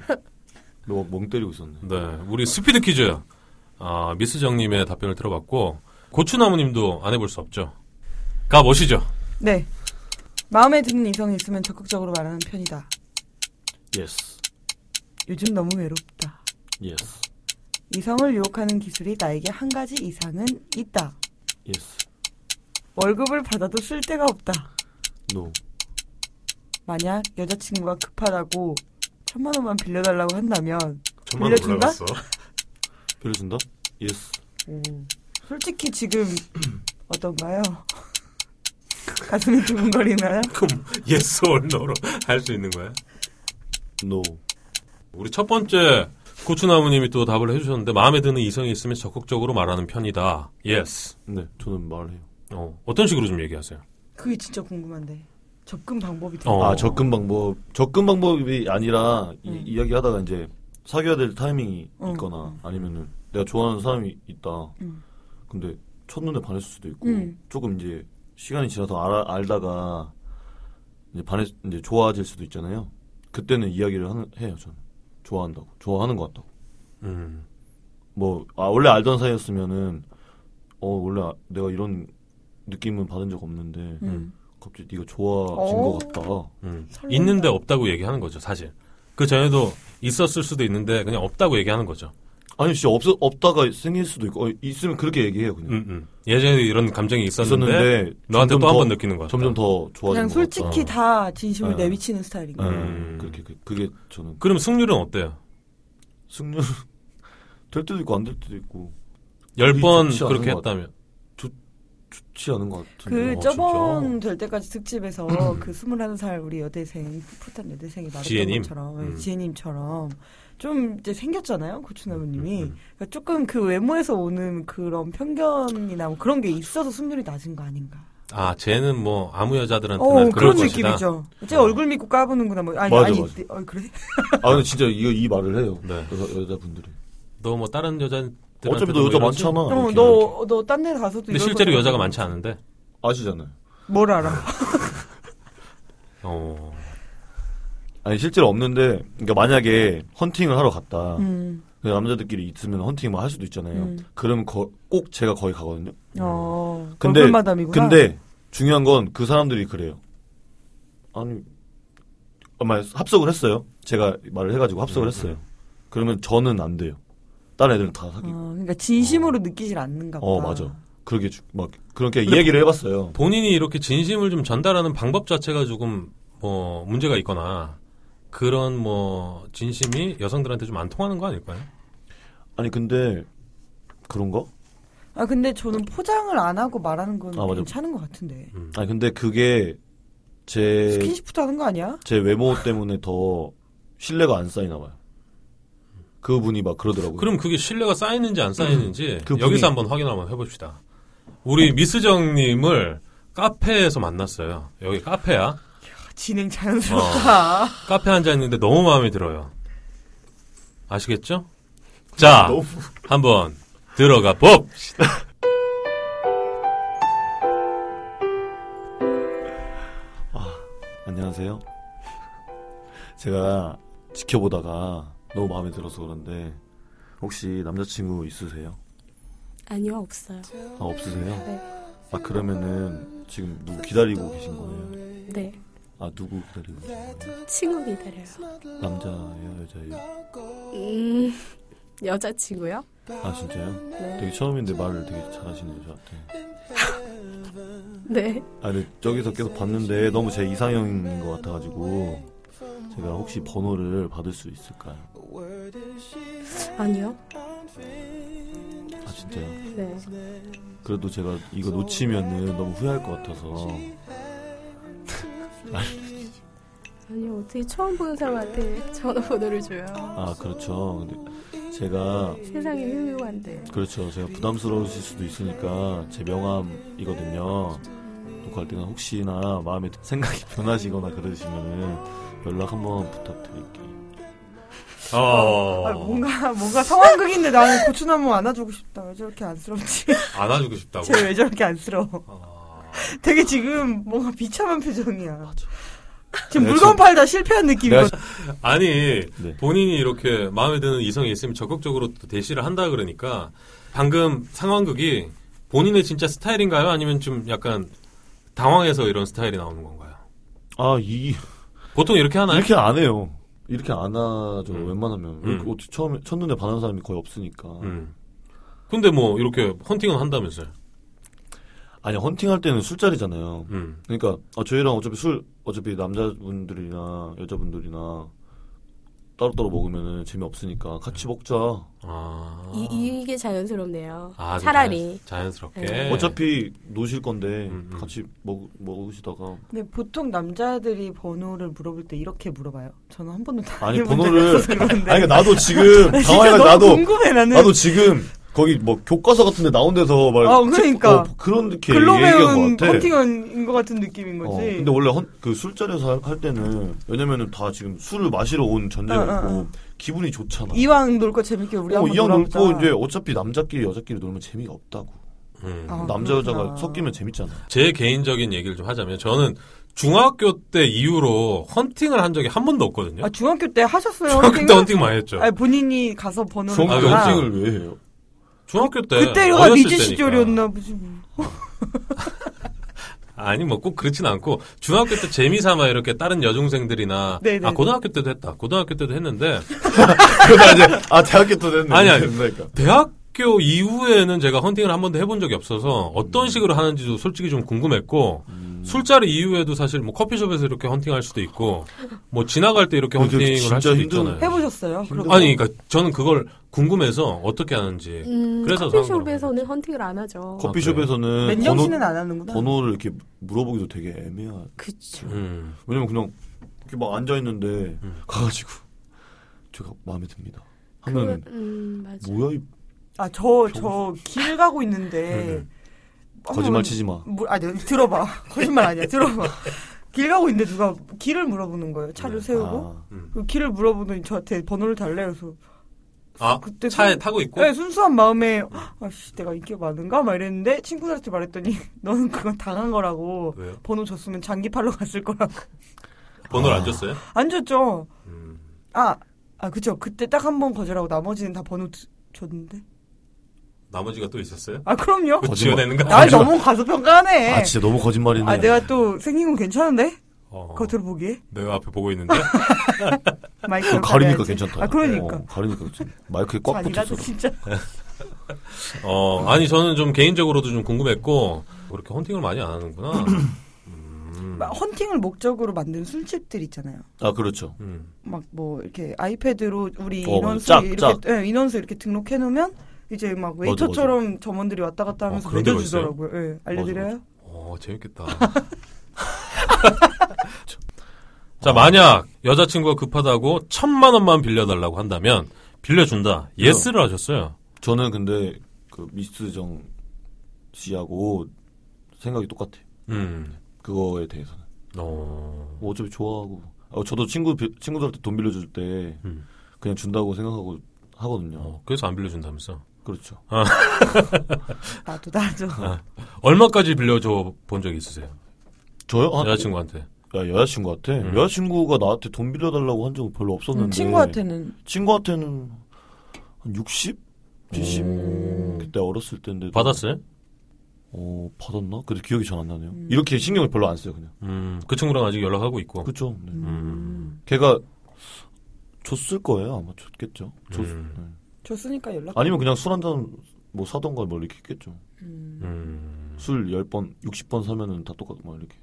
S2: 너 멍 때리고 있었네.
S1: 네, 우리 스피드 퀴즈. 아, 미스정님의 답변을 들어봤고, 고추나무님도 안 해볼 수 없죠. 가보시죠.
S3: 네. 마음에 드는 이성이 있으면 적극적으로 말하는 편이다.
S2: 예스,
S3: 요즘 너무 외롭다.
S2: 예스,
S3: 이성을 유혹하는 기술이 나에게 한 가지 이상은 있다.
S2: 예스,
S3: 월급을 받아도 쓸 데가 없다.
S2: 노,
S3: 만약 여자친구가 급하다고 천만 원만 빌려달라고 한다면
S1: 천만 원
S3: 빌려준다?
S1: 올라갔어.
S2: 빌려준다? 예스.
S3: 오, 솔직히 지금 어떤가요? *laughs* 가슴이 두근거리나요?
S1: *laughs* 그럼 예스 올너로 할 수 있는 거야?
S2: 노,
S1: 우리 첫 번째 고추나무님이 또 답을 해주셨는데 마음에 드는 이성이 있으면 적극적으로 말하는 편이다. 예스.
S2: 네, 저는 말해요.
S1: 어, 어떤 식으로 좀 얘기하세요?
S3: 그게 진짜 궁금한데 접근 방법이
S1: 어.
S2: 아, 접근 방법. 접근 방법이 아니라 이,
S3: 음.
S2: 이야기 하다가 이제 사귀어야 될 타이밍이
S3: 음,
S2: 있거나
S3: 음.
S2: 아니면은 내가 좋아하는 사람이 있다.
S3: 음.
S2: 근데 첫눈에 반했을 수도 있고
S3: 음.
S2: 조금 이제 시간이 지나서 알아, 알다가 이제 반해 이제 좋아질 수도 있잖아요. 그때는 이야기를 하는, 해요, 저는. 좋아한다고. 좋아하는 것 같다고.
S1: 음,
S2: 뭐, 아, 원래 알던 사이였으면은 어, 원래 아- 내가 이런 느낌은 받은 적 없는데
S3: 음.
S2: 갑자기 네가 좋아진
S3: 어.
S2: 것 같다.
S1: 음.
S3: 설렌다.
S1: 있는데 없다고 얘기하는 거죠, 사실. 그 전에도 있었을 수도 있는데 그냥 없다고 얘기하는 거죠.
S2: 아니 진짜 없 없다가 생길 수도 있고 어, 있으면 그렇게 얘기해요 그냥.
S1: 음, 음. 예전에도 이런 감정이 있었는데,
S2: 있었는데
S1: 너한테
S2: 점점
S1: 또 한
S2: 더-
S1: 번 느끼는 거야. 어.
S2: 점점 더 좋아지는
S3: 그냥
S2: 것
S3: 솔직히
S2: 같다.
S3: 다 진심을
S2: 네.
S3: 내비치는 스타일인가? 요
S1: 음.
S2: 음. 그렇게 그- 그게 저는
S1: 그럼 승률은 어때요?
S2: *laughs* 승률 될 때도 있고 안 될 때도 있고
S1: 열
S2: 우리
S1: 번
S2: 좋지 않은
S1: 그렇게
S2: 것 같아.
S1: 했다면.
S2: 좋지 않은 것 같은데.
S3: 그
S2: 어,
S3: 저번
S2: 진짜?
S3: 될 때까지 특집에서 그 21살 우리 여대생 풋풋한 여대생이 말했던
S1: 음. 지혜님?
S3: 것처럼 예,
S1: 음.
S3: 지혜님처럼 좀 이제 생겼잖아요 고추나무님이
S1: 음, 음.
S3: 그러니까 조금 그 외모에서 오는 그런 편견이나 뭐 그런 게 있어서 승률이 낮은 거 아닌가?
S1: 아, 쟤는 뭐 아무 여자들한테나 어.
S3: 어
S1: 그럴
S3: 그런
S1: 것이다.
S3: 느낌이죠. 제 얼굴 믿고 까부는구나 뭐 아니
S2: 맞아,
S3: 아니
S2: 맞아.
S3: 어, 그래?
S2: 아 근데 진짜 이거 이 말을 해요.
S1: 네.
S2: 여, 여자분들이.
S1: 너 뭐 다른 뭐 여자들한테
S2: 어차피 너 여자 많잖아.
S3: 어,
S2: 이렇게, 이렇게.
S3: 너너 딴 데 가서도
S1: 근데
S3: 이럴
S1: 실제로
S3: 거잖아.
S1: 여자가 많지 않은데.
S2: 아시잖아요.
S3: 뭘 알아?
S1: 어.
S2: 아니 실제로 없는데 그러니까 만약에 헌팅을 하러
S1: 어.
S2: 갔다.
S3: 음.
S2: 그 남자들끼리 있으면 헌팅 뭐 할 수도 있잖아요.
S3: 음.
S2: 그러면 거- 꼭 제가 거기 가거든요.
S3: 어.
S2: 근데-
S3: 얼굴 마담이구나.
S2: 근데 중요한 건 그 사람들이 그래요. 아니, 아마 합석을 했어요. 제가 말을 해가지고 합석을 했어요. 그러면 저는 안 돼요. 다른 애들은 다 사귀고.
S3: 어, 그러니까 진심으로 느끼질 않는가 보다.
S2: 어, 맞아. 그렇게 주- 막 그렇게 이야기를 해봤어요.
S1: 본인이 이렇게 진심을 좀 전달하는 방법 자체가 조금 뭐 문제가 있거나 그런 뭐 진심이 여성들한테 좀 안 통하는 거 아닐까요?
S2: 아니 근데 그런가?
S3: 아 근데 저는 포장을 안 하고 말하는 건
S2: 아, 맞아.
S3: 괜찮은 것 같은데
S1: 음.
S2: 아니 근데 그게 제 제
S3: 스킨십부터 하는 거 아니야?
S2: 외모 때문에 더 신뢰가 안 쌓이나 봐요. 그분이 막 그러더라고요.
S1: 그럼 그게 신뢰가 쌓이는지 안 쌓이는지
S2: 그 분이-
S1: 여기서 한번 확인 한번 해봅시다. 우리 미스정님을 카페에서 만났어요. 여기 카페야.
S3: 아, 진행 자연스럽다.
S1: 카페 앉아 있는데 너무 마음에 들어요. 아시겠죠? 자,
S2: 너무-
S1: 한번 들어가 봅시다.
S2: 안녕하세요. 제가 지켜보다가 너무 마음에 들어서 그런데 혹시 남자친구 있으세요?
S4: 아니요 없어요.
S2: 아 없으세요?
S4: 네,
S2: 아 그러면은 지금 누구 기다리고 계신 거예요?
S4: 네
S2: 아 누구 기다리고 계신 거예요?
S4: 친구 기다려요.
S2: 남자예요, 여자예요?
S4: 음 여자친구요?
S2: 아 진짜요?
S4: 네,
S2: 되게 처음인데 말을 되게 잘하시네요 저한테.
S4: 네.
S2: 아 근데 저기서 계속 봤는데 너무 제 이상형인 것 같아가지고 제가 혹시 번호를 받을 수 있을까요?
S4: 아니요.
S2: 아 진짜요?
S4: 네.
S2: 그래도 제가 이거 놓치면은 너무 후회할 것 같아서
S4: 아니요 어떻게 처음 보는 사람한테 전화번호를 줘요.
S2: 아 그렇죠 근데 제가
S4: 세상이 흉흉한데.
S2: 그렇죠 제가 부담스러우실 수도 있으니까 제 명함이거든요 녹화할 때는 혹시나 마음에 생각이 *laughs* 변하시거나 그러시면은 연락 한번 부탁드릴게요
S1: 어,
S3: 아, 뭔가 뭔가 상황극인데 나는 고추나무 안아주고 싶다. 왜 저렇게 안쓰럽지?
S1: 안아주고 싶다고.
S3: 쟤 왜 저렇게 안쓰러워?
S1: 어,
S2: 아.
S3: 되게 지금 뭔가 비참한 표정이야. 지금
S2: 내가
S3: 물건
S2: 지금-
S3: 팔다 실패한
S2: 내가
S3: 느낌이거든.
S1: 아니
S2: 네.
S1: 본인이 이렇게 마음에 드는 이성이 있으면 적극적으로 또 대시를 한다 그러니까 방금 상황극이 본인의 진짜 스타일인가요? 아니면 좀 약간 당황해서 이런 스타일이 나오는 건가요?
S2: 아이
S1: 보통 이렇게 하나요?
S2: 이렇게 안 해요 이렇게 안 하죠
S1: 음.
S2: 웬만하면
S1: 음.
S2: 이렇게 어떻게 처음에 첫눈에 반하는 사람이 거의 없으니까
S1: 음. 근데 뭐 이렇게 헌팅은 한다면서요?
S2: 아니 헌팅할 때는 술자리잖아요
S1: 음.
S2: 그러니까 아, 저희랑 어차피 술 어차피 남자분들이나 여자분들이나 따로따로 먹으면 재미없으니까 같이 먹자
S1: 아.
S4: 이, 이게 자연스럽네요.
S1: 아, 좀
S4: 차라리.
S1: 자연, 자연스럽게.
S4: 네.
S2: 어차피 노실 건데
S1: 음, 음.
S2: 같이 먹, 먹으시다가
S3: 근데 보통 남자들이 번호를 물어볼 때 이렇게 물어봐요. 저는 한 번도 다
S2: 아니
S3: 해본 적이
S2: 번호를
S3: 없어서 그런데.
S2: 아니 그러니까 나도 지금
S3: *laughs* 나
S2: 당황해가
S3: 진짜 너무
S2: 나도
S3: 궁금해 나는.
S2: 나도 지금 거기 뭐 교과서 같은데 나온 데서 막
S3: 아, 그러니까.
S2: 어, 그런 게
S3: 글로
S2: 얘기한
S3: 배운
S2: 것 같아.
S3: 헌팅인 것 같은 느낌인
S2: 어,
S3: 거지.
S2: 근데 원래 헌, 그 술자리에서 할- 할 때는 왜냐면은 다 지금 술을 마시러 온 전제가
S3: 응, 응,
S2: 있고
S3: 응.
S2: 기분이 좋잖아.
S3: 이왕 놀 거 재밌게 우리
S2: 어,
S3: 한번
S2: 이왕
S3: 놀아보자.
S2: 놀고 이제 어차피 남자끼리 여자끼리 놀면 재미가 없다고.
S1: 음.
S3: 아,
S2: 남자 여자가
S3: 그렇구나.
S2: 섞이면 재밌잖아.
S1: 제 개인적인 얘기를 좀 하자면 저는 중학교 때 이후로 헌팅을 한 적이 한 번도 없거든요.
S3: 아 중학교 때 하셨어요?
S1: *laughs* 중학교 때
S3: 헌팅을?
S1: 헌팅 많이 했죠.
S3: 아니 본인이 가서 번호를
S1: 아,
S2: 아,
S1: 왜
S3: 받아라.
S1: 헌팅을-
S2: 왜 해요?
S1: 중학교 때
S3: 그때가
S1: 어렸을
S3: 리즈
S1: 때니까.
S3: 시절이었나 보지 뭐.
S2: 네.
S1: 아니 뭐 꼭 그렇진 않고 중학교 때 재미삼아 이렇게 다른 여중생들이나
S3: 네네네.
S1: 아 고등학교 때도 했다 고등학교 때도 했는데
S2: *laughs* 그러다 이제 아 대학교 때 됐네.
S1: 아니, 아니.
S2: 그러니까.
S1: 대학교
S2: 음.
S1: 이후에는 제가 헌팅을 한 번도 해본 적이 없어서 어떤 식으로 하는지도 솔직히 좀 궁금했고 술자리 이후에도 사실 뭐 커피숍에서 이렇게 헌팅할 수도 있고 뭐 지나갈 때 이렇게
S2: 근데
S1: 헌팅을 할
S2: 진짜
S1: 수도
S2: 힘든-
S1: 있잖아요.
S3: 해보셨어요? 그럼
S1: 아니 그러니까 저는 그걸 궁금해서 어떻게 하는지
S4: 음,
S1: 그래서
S4: 커피숍에서는 헌팅을 안 하죠.
S1: 거-
S2: 커피숍에서는
S3: 맨정신은 안 하는구나.
S2: 번호를 이렇게 물어보기도 되게 애매하.
S4: 그쵸.
S1: 음.
S2: 왜냐면 그냥 이렇게 막 앉아 있는데
S1: 음.
S2: 가가지고 제가 마음에 듭니다.
S4: 그,
S2: 하면
S4: 음, 맞아.
S2: 뭐야 이
S3: 아, 저, 저, 길 가고 있는데. 어머,
S2: 네, 거짓말 치지 마.
S3: 뭐, 아니, 들어봐. *laughs* 거짓말 아니야, 들어봐. 길 가고 있는데 누가 길을 물어보는 거예요. 차를 세우고.
S2: 아,
S3: 그 길을 물어보더니 저한테 번호를 달래. 그래서.
S1: 아
S3: 그때
S1: 차에
S3: 좀-
S1: 타고 있고
S3: 네, 순수한 마음에, 아씨, 내가 인기가 많은가? 막 이랬는데, 친구들한테 말했더니, *laughs* 너는 그건 당한 거라고.
S1: 왜요?
S3: 번호 줬으면 장기팔로 갔을 거라고.
S1: 번호를
S2: 아.
S1: 안 줬어요?
S3: 안 줬죠.
S1: 음.
S3: 아, 아, 그쵸. 그때 딱 한 번 거절하고 나머지는 다 번호 드- 줬는데.
S1: 나머지가 또 있었어요?
S3: 아, 그럼요.
S1: 그
S2: 거짓말.
S1: 지어내는 거
S3: 날
S1: 아니죠?
S3: 너무 가소평가하네.
S2: 아, 진짜 너무 거짓말이네.
S3: 아, 내가 또 생긴 건 괜찮은데?
S1: 어,
S3: 겉으로 보기에?
S1: 내가 앞에 보고 있는데
S3: 마이크
S2: 가리니까 어, 괜찮다.
S3: 아, 그러니까.
S2: 어, 가리니까 좀 마이크에 꽉
S3: 잔이라도
S2: 붙었어.
S3: 진짜.
S1: 어 아니 저는 좀 개인적으로도 좀 궁금했고 그렇게 헌팅을 많이 안
S3: *clears throat*
S1: 하는구나.
S2: 음.
S3: 막 헌팅을 목적으로 만든 술집들 있잖아요.
S2: 아 그렇죠.
S1: 음.
S3: 막 뭐 이렇게 아이패드로 우리
S1: 뭐,
S2: 어,
S3: 인원수
S2: 짝,
S3: 이렇게
S2: 짝.
S3: 예, 인원수 이렇게 등록해 놓으면 이제 막
S2: 맞아,
S3: 웨이터처럼 점원들이 왔다 갔다 하면서
S1: 어,
S3: 매
S1: 그런 데가
S3: 겨 주더라고요. 예. 알려 드려요?
S1: 어 재밌겠다. 자 만약 여자친구가 급하다고 천만 원만 빌려달라고 한다면 빌려준다.
S2: 네.
S1: 예스를 하셨어요.
S2: 저는 근데 그 미스정 씨하고 생각이 똑같아요.
S1: 음.
S2: 그거에 대해서는
S1: 어.
S2: 뭐 어차피 좋아하고 어, 저도 친구 빌- 친구들한테 돈 빌려줄 때
S1: 음.
S2: 그냥 준다고 생각하고 하거든요.
S1: 어, 그래서 안 빌려준다면서.
S2: 그렇죠.
S3: 아, 나도 나도.
S1: 얼마까지 빌려줘 본 적 있으세요?
S2: 저요? 아,
S1: 여자친구한테.
S2: 야, 여자친구한테
S1: 음.
S2: 여자친구가 나한테 돈 빌려달라고 한 적은 별로 없었는데
S3: 음, 친구한테는
S2: 친구한테는 한 60, 70
S1: 오.
S2: 그때 어렸을 때인데
S1: 받았어요?
S2: 어 받았나? 근데 기억이 잘 안 나네요. 이렇게 신경을 별로 안 써요 그냥.
S1: 음. 그 친구랑 아직 연락하고 있고.
S2: 그렇죠. 네.
S1: 음.
S2: 걔가 줬을 거예요 아마 줬겠죠. 줬,
S1: 음.
S2: 네.
S3: 줬으니까 연락.
S2: 아니면 그냥 술 한잔 뭐 사던가 뭐 이렇게 했겠죠.
S1: 음.
S2: 술 10번, 60번 사면은 다 똑같고 막 이렇게.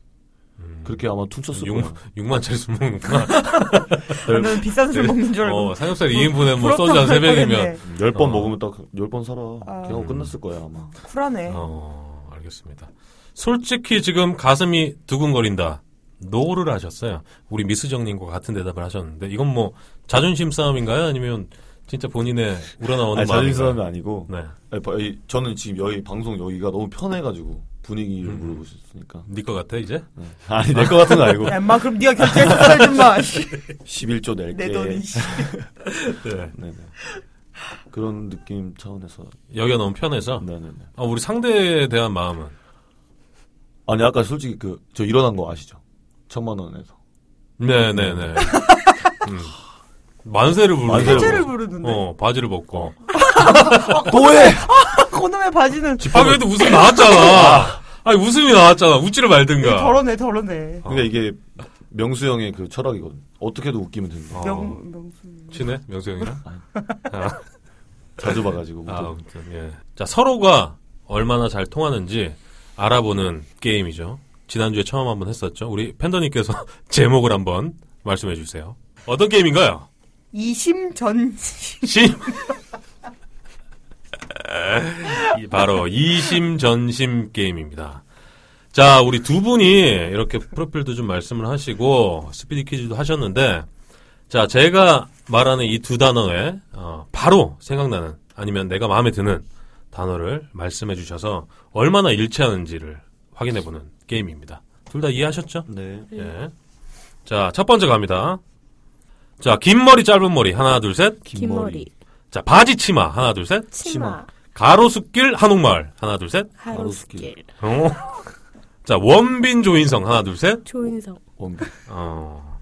S1: 음.
S2: 그렇게 아마 퉁쳤을
S1: 육-
S2: 거예요.
S1: 6만짜리 술
S2: *laughs*
S1: 먹는구나.
S3: 아, 나는 비싼 술 먹는 줄 알고.
S1: 어, 삼겹살 2인분에 뭐 소주 한 3병이면.
S2: 10번
S1: 어.
S2: 먹으면 딱 10번 살아.
S3: 아.
S2: 걔하고
S1: 음.
S2: 끝났을 거예요 아마.
S3: 쿨하네.
S1: 어, 알겠습니다. 솔직히 지금 가슴이 두근거린다. 노를 하셨어요. 우리 미스정님과 같은 대답을 하셨는데 이건 뭐 자존심 싸움인가요? 아니면 진짜 본인의 우러나오는
S2: 아니, 자존심 싸움이
S1: 마음인가요?
S2: 아니고.
S1: 네,
S2: 아니, 바- 이- 저는 지금 여기 방송 여기가 너무 편해가지고 분위기를
S1: 음.
S2: 물어보셨으니까.
S1: 네거 같아 이제.
S2: 네. 아니 내 거 같은 거 *laughs* 아니고.
S3: 야, 인마 그럼 네가 결제했어야 좀 마.
S1: *laughs*
S2: 11조 낼게.
S3: 내 돈이. 씨.
S1: 네.
S2: 네네. 그런 느낌 차원에서.
S1: 여기가 너무 편해서.
S2: 네네네.
S1: 아, 우리 상대에 대한 마음은
S2: 아니 아까 솔직히 그 저 일어난 거 아시죠? 천만 원에서.
S1: 네네네. 음. 만세를 부르고
S2: 만세를
S3: 해제를 부르는데.
S1: 어 바지를 벗고.
S2: 아, 또해.
S3: 그놈의 바지는
S1: 아 그래도 웃음 나왔잖아. 아니 웃음이 나왔잖아. 웃지를 말든가.
S3: 덜어내 덜어내.
S2: 그러니까 이게 명수 형의 그 철학이거든. 어떻게든 웃기면 된다.
S1: 어,
S3: 명 명수.
S1: 친해 명수 형이랑. 아.
S2: 자주 봐가지고.
S1: 아,
S2: 웃겨.
S1: 아무튼 예. 자 서로가 얼마나 잘 통하는지 알아보는 게임이죠. 지난주에 처음 한번 했었죠. 우리 팬더님께서 *laughs* 제목을 한번 말씀해 주세요. 어떤 게임인가요?
S3: 이심전
S1: 심 *laughs* 이 바로 이심전심 게임입니다. 자, 우리 두 분이 이렇게 프로필도 좀 말씀을 하시고 스피드 퀴즈도 하셨는데 자, 제가 말하는 이 두 단어에 어, 바로 생각나는 아니면 내가 마음에 드는 단어를 말씀해 주셔서 얼마나 일치하는지를 확인해 보는 게임입니다. 둘 다 이해하셨죠?
S2: 네.
S1: 예. 자, 첫 번째 갑니다. 자, 긴 머리 짧은 머리 하나 둘 셋.
S4: 긴 머리,
S1: 자, 바지 치마 하나 둘 셋.
S4: 치마,
S1: 가로수길 한옥마을 하나 둘 셋.
S4: 가로수길,
S1: 어. 자, 원빈 조인성 하나 둘 셋.
S4: 조인성,
S2: 원빈.
S1: 어.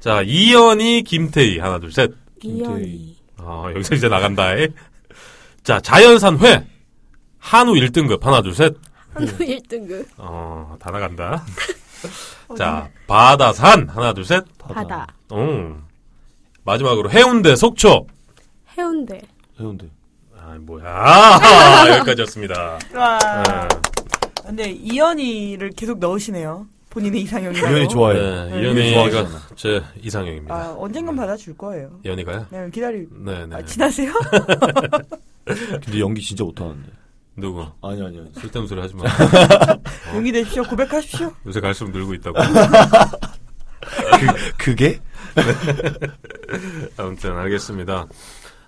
S1: 자, 이연희 김태희 하나 둘 셋.
S4: 이현희,
S1: 어, 여기서 이제 나간다. 에. 자, 자연산회 한우 1등급 하나 둘 셋.
S4: 한우 *laughs* 1등급,
S1: 어, 다 나간다. 자, 바다산 하나 둘 셋.
S4: 바다,
S1: 어. 마지막으로 해운대 속초.
S4: 해운대,
S2: 해운대.
S1: 아, 뭐야. *laughs* 아, 여기까지였습니다.
S3: 와.
S1: 아.
S3: 근데 이연이를 계속 넣으시네요. 본인의 이상형이라고.
S2: 뭐, 이현이 좋아해.
S1: 네,
S3: 네.
S1: 연예가
S2: 좋아하시잖아.
S1: 제 이상형입니다.
S3: 아, 언젠간 받아줄 거예요.
S1: 연예가요?
S3: 네, 기다리.
S1: 네, 네.
S3: 아, 지나세요? *laughs*
S2: 근데 연기 진짜 못하는데.
S1: 누구?
S2: 아니 아니 아니.
S1: 쓸데없는 소리 하지
S4: *laughs*
S1: 마.
S3: 용기 내십시오. 고백하십시오.
S1: 요새 갈수록 늘고 있다고.
S2: 그, 그게?
S1: 아무튼 알겠습니다.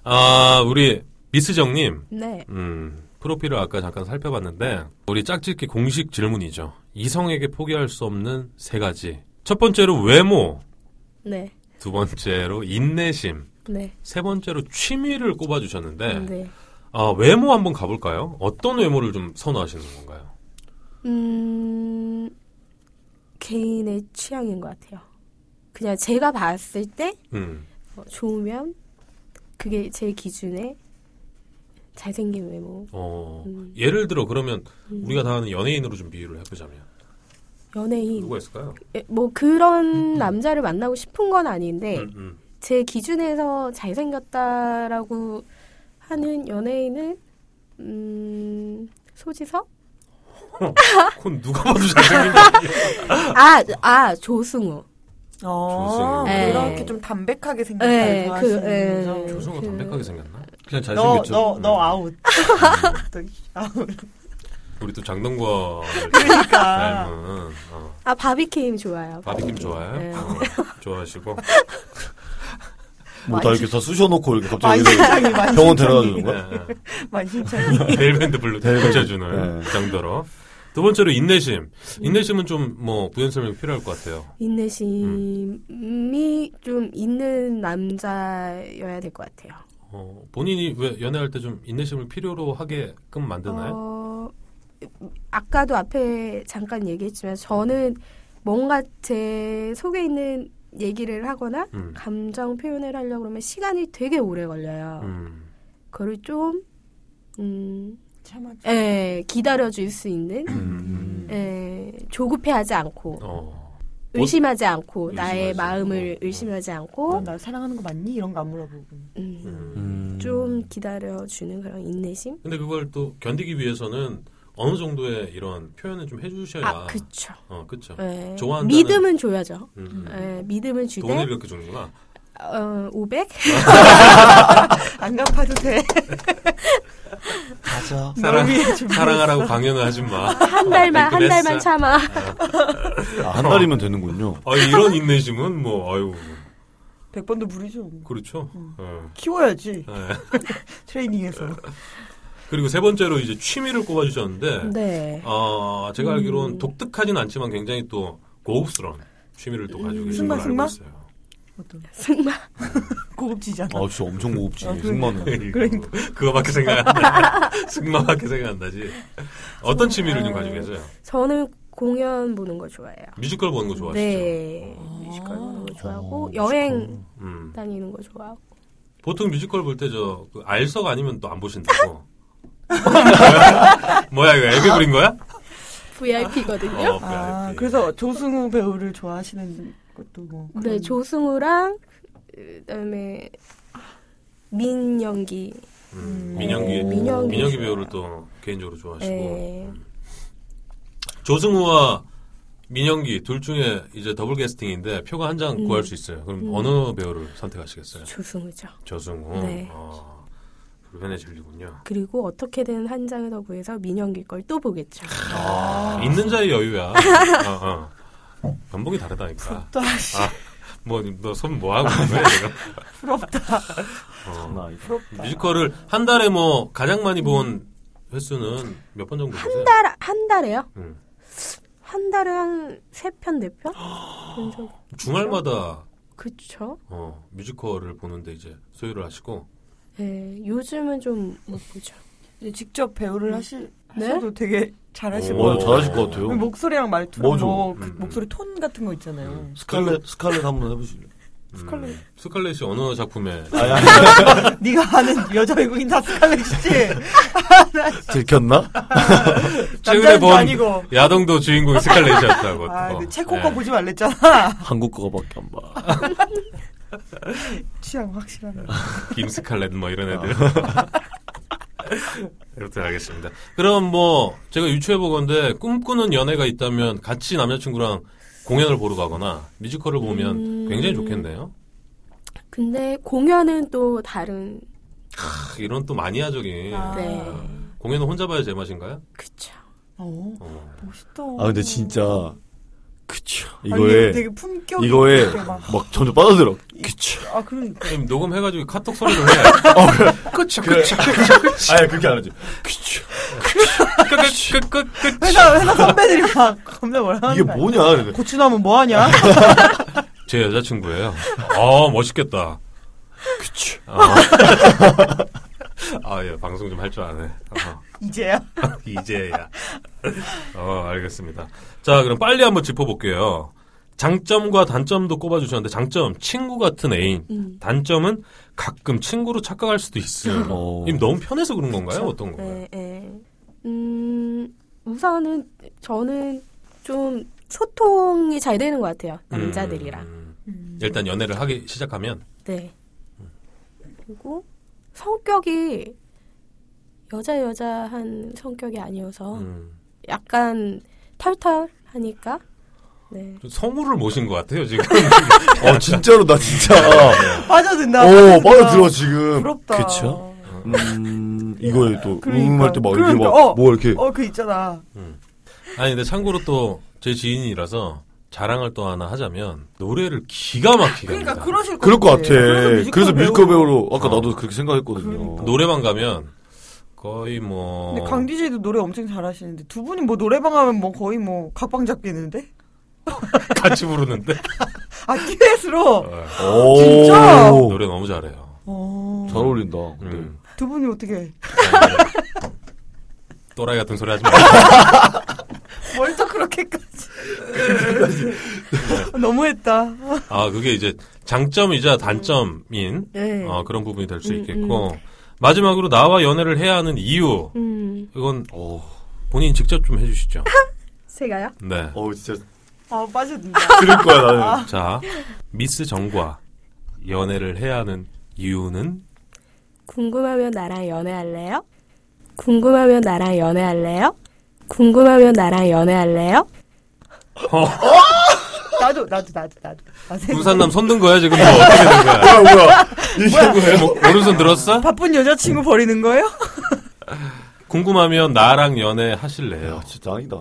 S1: 아, 우리 미스정님,
S4: 네.
S1: 음, 프로필을 아까 잠깐 살펴봤는데 우리 짝짓기 공식 질문이죠. 이성에게 포기할 수 없는 세 가지. 첫 번째로 외모,
S4: 네.
S1: 두 번째로 인내심,
S4: 네.
S1: 세 번째로 취미를 꼽아주셨는데
S4: 네.
S1: 아, 외모 한번 가볼까요? 어떤 외모를 좀 선호하시는 건가요?
S4: 음, 개인의 취향인 것 같아요. 그냥 제가 봤을 때
S1: 음,
S4: 어, 좋으면 그게 제 기준에 잘생긴 외모.
S1: 어,
S4: 음.
S1: 예를 들어 그러면
S4: 음.
S1: 우리가 다 아는 연예인으로 좀 비유를 해보자면
S4: 연예인.
S1: 누가 있을까요?
S4: 에, 뭐 그런 남자를 만나고 싶은 건 아닌데
S1: 음, 음.
S4: 제 기준에서 잘생겼다라고 하는 연예인은 음, 소지섭?
S1: 그건 누가 봐도 잘생긴 거
S4: 아, 아, 조승우.
S3: 어,
S1: 조승우.
S3: 그렇게
S4: 네.
S3: 좀 담백하게 생긴
S4: 네,
S3: 잘
S4: 그, 네.
S3: 좋아하시는 거죠.
S1: 조성은
S4: 그-
S1: 담백하게 생겼나?
S2: 그냥
S3: 너,
S2: 잘생겼죠.
S3: 너,
S2: 음.
S3: 너 아웃. *laughs* 너 아웃.
S1: 우리 또 장동건
S2: 네, 뭐,
S3: 그러니까.
S1: 닮은 어,
S4: 아, 바비킴 좋아요.
S1: 바비킴 좋아해요?
S4: 네.
S1: 어, 좋아하시고
S2: 뭐다 이렇게 다 쑤셔놓고 이렇게 갑자기
S3: 만신창이, 만신창이.
S2: 병원 데려다 주는 거야?
S1: 네,
S3: 만신창이.
S1: 네. 데일밴드 블루
S2: 데일밴드.
S1: 붙여주는
S2: 네.
S1: 정도로 두 번째로 인내심 인내심은 좀 뭐 부연 설명이 필요할 것 같아요 음.
S4: 인내심이 좀 있는 남자여야 될 것 같아요.
S1: 어, 본인이 왜 연애할 때 좀 인내심을 필요로 하게끔 만드나요?
S4: 어, 아까도 앞에 잠깐 얘기했지만 저는 뭔가 제 속에 있는 얘기를 하거나
S1: 음,
S4: 감정 표현을 하려고 그러면 시간이 되게 오래 걸려요.
S1: 음,
S4: 그걸 좀 음,
S3: 참아.
S4: 예, 기다려줄 수 있는
S2: 음.
S4: 예, 조급해하지 않고
S1: 어,
S4: 의심하지 않고 나의
S1: 의심하지
S4: 마음을
S1: 않고.
S4: 의심하지
S3: 어,
S4: 않고
S3: 나 사랑하는 거 맞니? 이런 거 안 물어보고.
S4: 음,
S1: 음.
S2: 음.
S4: 좀 기다려주는 그런 인내심.
S1: 근데 그걸 또 견디기 위해서는 어느 정도의 이런 표현을 좀 해주셔야
S4: 아, 그쵸.
S1: 어, 그쵸
S4: 예,
S1: 좋아한다는-
S4: 믿음은 줘야죠.
S1: 음, 음.
S4: 예, 믿음을 주되
S1: 돈을 이렇게 주는구나
S4: 어, 500?
S3: 안 갚아도 돼.
S2: 맞아.
S1: 사랑-
S3: 널 위해 준비했어.
S1: 사랑하라고 강요는 하지 마.
S4: *laughs* 한 달만 한
S1: 깔끔했어.
S4: 달만 참아.
S2: 아, 한 달이면 되는군요.
S1: 아, 이런 인내심은 뭐 아유
S3: 백번도 무리죠.
S1: 그렇죠.
S3: 음.
S1: 어.
S3: 키워야지.
S1: 예.
S3: 트레이닝에서.
S2: 어.
S1: 그리고 세 번째로 이제 취미를 꼽아주셨는데,
S4: *laughs* 네.
S1: 아 제가
S4: 음.
S1: 알기로는 독특하진 않지만 굉장히 또 고급스러운 취미를 또 가지고
S4: 음.
S1: 계신
S3: 승마,
S1: 걸로
S3: 승마?
S1: 알고 있어요.
S3: 어떤
S4: 승마.
S3: 고급지잖아.
S2: 아, 진짜 엄청 고급지.
S3: 아,
S2: 승마는.
S1: *laughs*
S3: 그러니까.
S1: 어, 그거밖에 생각 안
S4: *laughs*
S1: 나. 승마밖에 생각 안 나지. 어떤 취미를 좀 가지고 계세요?
S4: 저는 공연 보는 거 좋아해요.
S1: 뮤지컬 보는 거 좋아하시죠?
S4: 네.
S1: 어.
S4: 뮤지컬 보는 거 좋아하고
S2: 어,
S4: 여행
S1: 음.
S4: 다니는 거 좋아하고.
S1: 보통 뮤지컬 볼 때 저그 알석 아니면 또 안
S4: *laughs*
S1: 보신다고. 뭐야 이거 애교 부린 거야?
S4: VIP거든요.
S1: 어, 그래,
S3: 아,
S2: 네,
S1: 알지.
S3: 그래서 조승우 배우를 좋아하시는 것도 뭐.
S1: 어.
S4: 네,
S3: 그런-
S4: 조승우랑 그다음에 민영기.
S1: 음,
S3: 음.
S1: 민영기
S4: 오. 민영기
S1: 민영기
S4: 좋아요.
S1: 배우를 또 개인적으로 좋아하시고
S4: 네.
S1: 음. 조승우와 민영기 둘 중에 이제 더블 캐스팅인데 표가 한 장
S4: 음.
S1: 구할 수 있어요. 그럼
S4: 음.
S1: 어느 배우를 선택하시겠어요?
S4: 조승우죠.
S1: 조승우.
S4: 네.
S1: 어, 불편해 질리군요.
S4: 그리고 어떻게든 한 장을 더 구해서 민영기 걸 또 보겠죠. 아.
S1: 있는 자의
S4: *laughs*
S1: 여유야. 어, 어. 연봉이 다르다니까.
S3: 또 아씨,
S1: 뭐너 손 뭐 하고 있는 거야? 지금?
S3: 부럽다.
S1: 어.
S2: 아,
S3: 부럽다.
S1: 뮤지컬을 한 달에 뭐 가장 많이 본 횟수는 몇 번 정도 되세요?
S4: 한 달 한 달에요?
S1: 음.
S4: 한 달에 한 세 편 네 편?
S1: *gasps*
S4: 본 적-
S1: 주말마다
S4: 그쵸?
S1: 어, 뮤지컬을 보는데 이제 소유를 하시고
S4: 네, 요즘은 좀 못 보죠.
S3: 이제 직접 배우를
S4: 음.
S3: 하시,
S4: 네?
S3: 하셔도 되게 잘하실
S1: 오.
S3: 것
S2: 어,
S3: 같아요.
S2: 잘하실 것 같아요.
S3: 목소리랑 말투랑
S2: 뭐죠?
S3: 뭐, 그
S1: 음.
S3: 목소리 톤 같은 거 있잖아요.
S1: 음.
S3: 그-
S2: 스칼렛, 스칼렛 한번
S3: *laughs*
S2: 해보실래요?
S3: 스칼렛.
S1: 스칼렛이 어느 작품에
S2: 아, 야,
S3: *laughs* 네가 아는 여자 외국인
S2: *laughs*
S3: 다 스칼렛이지?
S2: 들켰나?
S1: 최근에
S3: 남자는
S1: 본
S3: 아니고.
S1: 야동도 주인공이 스칼렛이었다고.
S3: 아,
S1: 어.
S3: 그 체코
S1: 예.
S2: 네.
S3: 거 보지 말랬잖아. *laughs*
S2: 한국 거밖에 안 봐.
S3: 아, 취향 확실하네. 어.
S1: 김 스칼렛 뭐 *laughs* 이런 애들. 여튼 알겠습니다. 그럼 뭐 제가 유추해 보건데 꿈꾸는 연애가 있다면 같이 남자친구랑 공연을 보러 가거나 뮤지컬을 보면
S4: 음.
S1: 굉장히 좋겠네요.
S4: 근데 공연은 또 다른
S1: 크, 이런 또 마니아적인
S3: 아.
S4: 네
S1: 공연은 혼자 봐야 제맛인가요?
S4: 그쵸
S3: 어,
S1: 어.
S3: 멋있다.
S2: 아 근데 진짜 그쵸
S3: 음. 아니,
S2: 이거에
S3: 되게 품격
S2: 이거에
S3: 있게 막.
S2: 막 점점 빠져들어. 그쵸.
S3: 아 그러니까
S1: 선생님, 녹음해가지고 카톡 소리를 해. 그쵸, 그쵸, 그쵸, 그쵸.
S2: 아니 그렇게 안 하지. 그쵸.
S1: 끝, 끝, 끝, 끝.
S3: 회사 회사 선배들이 막 겁나 뭐라 하는
S2: 이게
S3: 거야.
S2: 뭐냐? 그래서
S3: 고추나무 뭐
S2: *laughs*
S3: 하냐?
S1: 제 여자친구예요. 아, 멋있겠다.
S2: 그쵸.
S1: 아, *laughs* 아, 예, 방송 좀 할 줄 아네. 어,
S3: 이제야.
S1: 이제야. 어, 알겠습니다. 자, 그럼 빨리 한번 짚어볼게요. 장점과 단점도 꼽아주셨는데, 장점, 친구 같은 애인.
S4: 음.
S1: 단점은 가끔 친구로 착각할 수도 있음.
S2: 어.
S1: 이 너무 편해서 그런 건가요? 어떤 건가요?
S4: 네, 네. 음, 우선은 저는 좀 소통이 잘 되는 것 같아요. 네, 남자들이랑.
S1: 음,
S3: 음.
S1: 일단 연애를 하기 시작하면.
S4: 네.
S1: 음.
S4: 그리고 성격이 여자 여자한 성격이 아니어서
S1: 음.
S4: 약간 털털하니까. 네.
S1: 좀 성우를 모신 것 같아요, *laughs* 지금.
S2: 어 진짜로 나 진짜.
S3: 빠져든다.
S2: 어
S3: 빠져든다.
S2: 빠져들어 지금.
S3: 부럽다.
S2: 그쵸. 음, 이거에 또
S3: 그러니까.
S2: 음할 때막 이렇게
S3: 그러니까,
S2: 막,
S3: 어.
S2: 뭐 이렇게
S3: 어 그 있잖아.
S1: 아니 근데 참고로 또 제 지인이라서 자랑을 또 하나 하자면 노래를 기가 막히게
S3: 그러니까
S1: 합니다.
S3: 그러실 것
S2: 그럴 것 같아. 그래서 뮤지컬 배우로 아까
S1: 어.
S2: 나도 그렇게 생각했거든요.
S3: 그러니까.
S1: 노래방 가면 거의 뭐
S2: 어.
S3: 근데 강 DJ도 노래 엄청 잘하시는데 두 분이 뭐 노래방 하면 뭐 거의 뭐 각방 잡겠는데?
S1: 같이 *laughs* 부르는데
S3: 아 듀엣으로.
S1: 어,
S2: 오.
S3: 아, 진짜?
S1: 노래 너무 잘해요.
S3: 어.
S2: 잘 어울린다. 근데.
S1: 음.
S3: 두 분이 어떻게
S1: *laughs* 또라이 같은 소리 하지 마. *laughs*
S3: 뭘 또
S2: *laughs*
S3: 그렇게까지? 너무했다.
S1: 아 그게 이제 장점이자
S2: 예.
S1: 단점인
S3: 예.
S4: 네.
S1: 어, 그런 부분이 될 수
S4: 음,
S1: 있겠고 마지막으로 나와 연애를 해야 하는 이유
S4: 음,
S1: 이건
S2: 어.
S1: 본인 직접 좀
S3: *laughs*
S1: 해주시죠.
S4: 제가요?
S1: 네.
S2: 어 진짜
S3: 아 빠져든다.
S2: 그럴 거야
S3: 아.
S2: 나는.
S1: 자 미스 정과 연애를 해야 하는 이유는
S4: 궁금하면 나랑 연애할래요? 궁금하면 나랑 연애할래요? 궁금하면 나랑 연애할래요?
S3: 나도 나도 나도 나도. 아,
S1: 군산남 손든 거야 지금 뭐 어떻게 된 거야?
S2: 아, 뭐야 뭐야. 이게 뭐야?
S1: *laughs* 뭐, 오른손 들었어?
S3: 바쁜 여자친구 버리는 거예요?
S1: 궁금하면 나랑 연애 하실래요?
S2: 야 진짜 짱이다.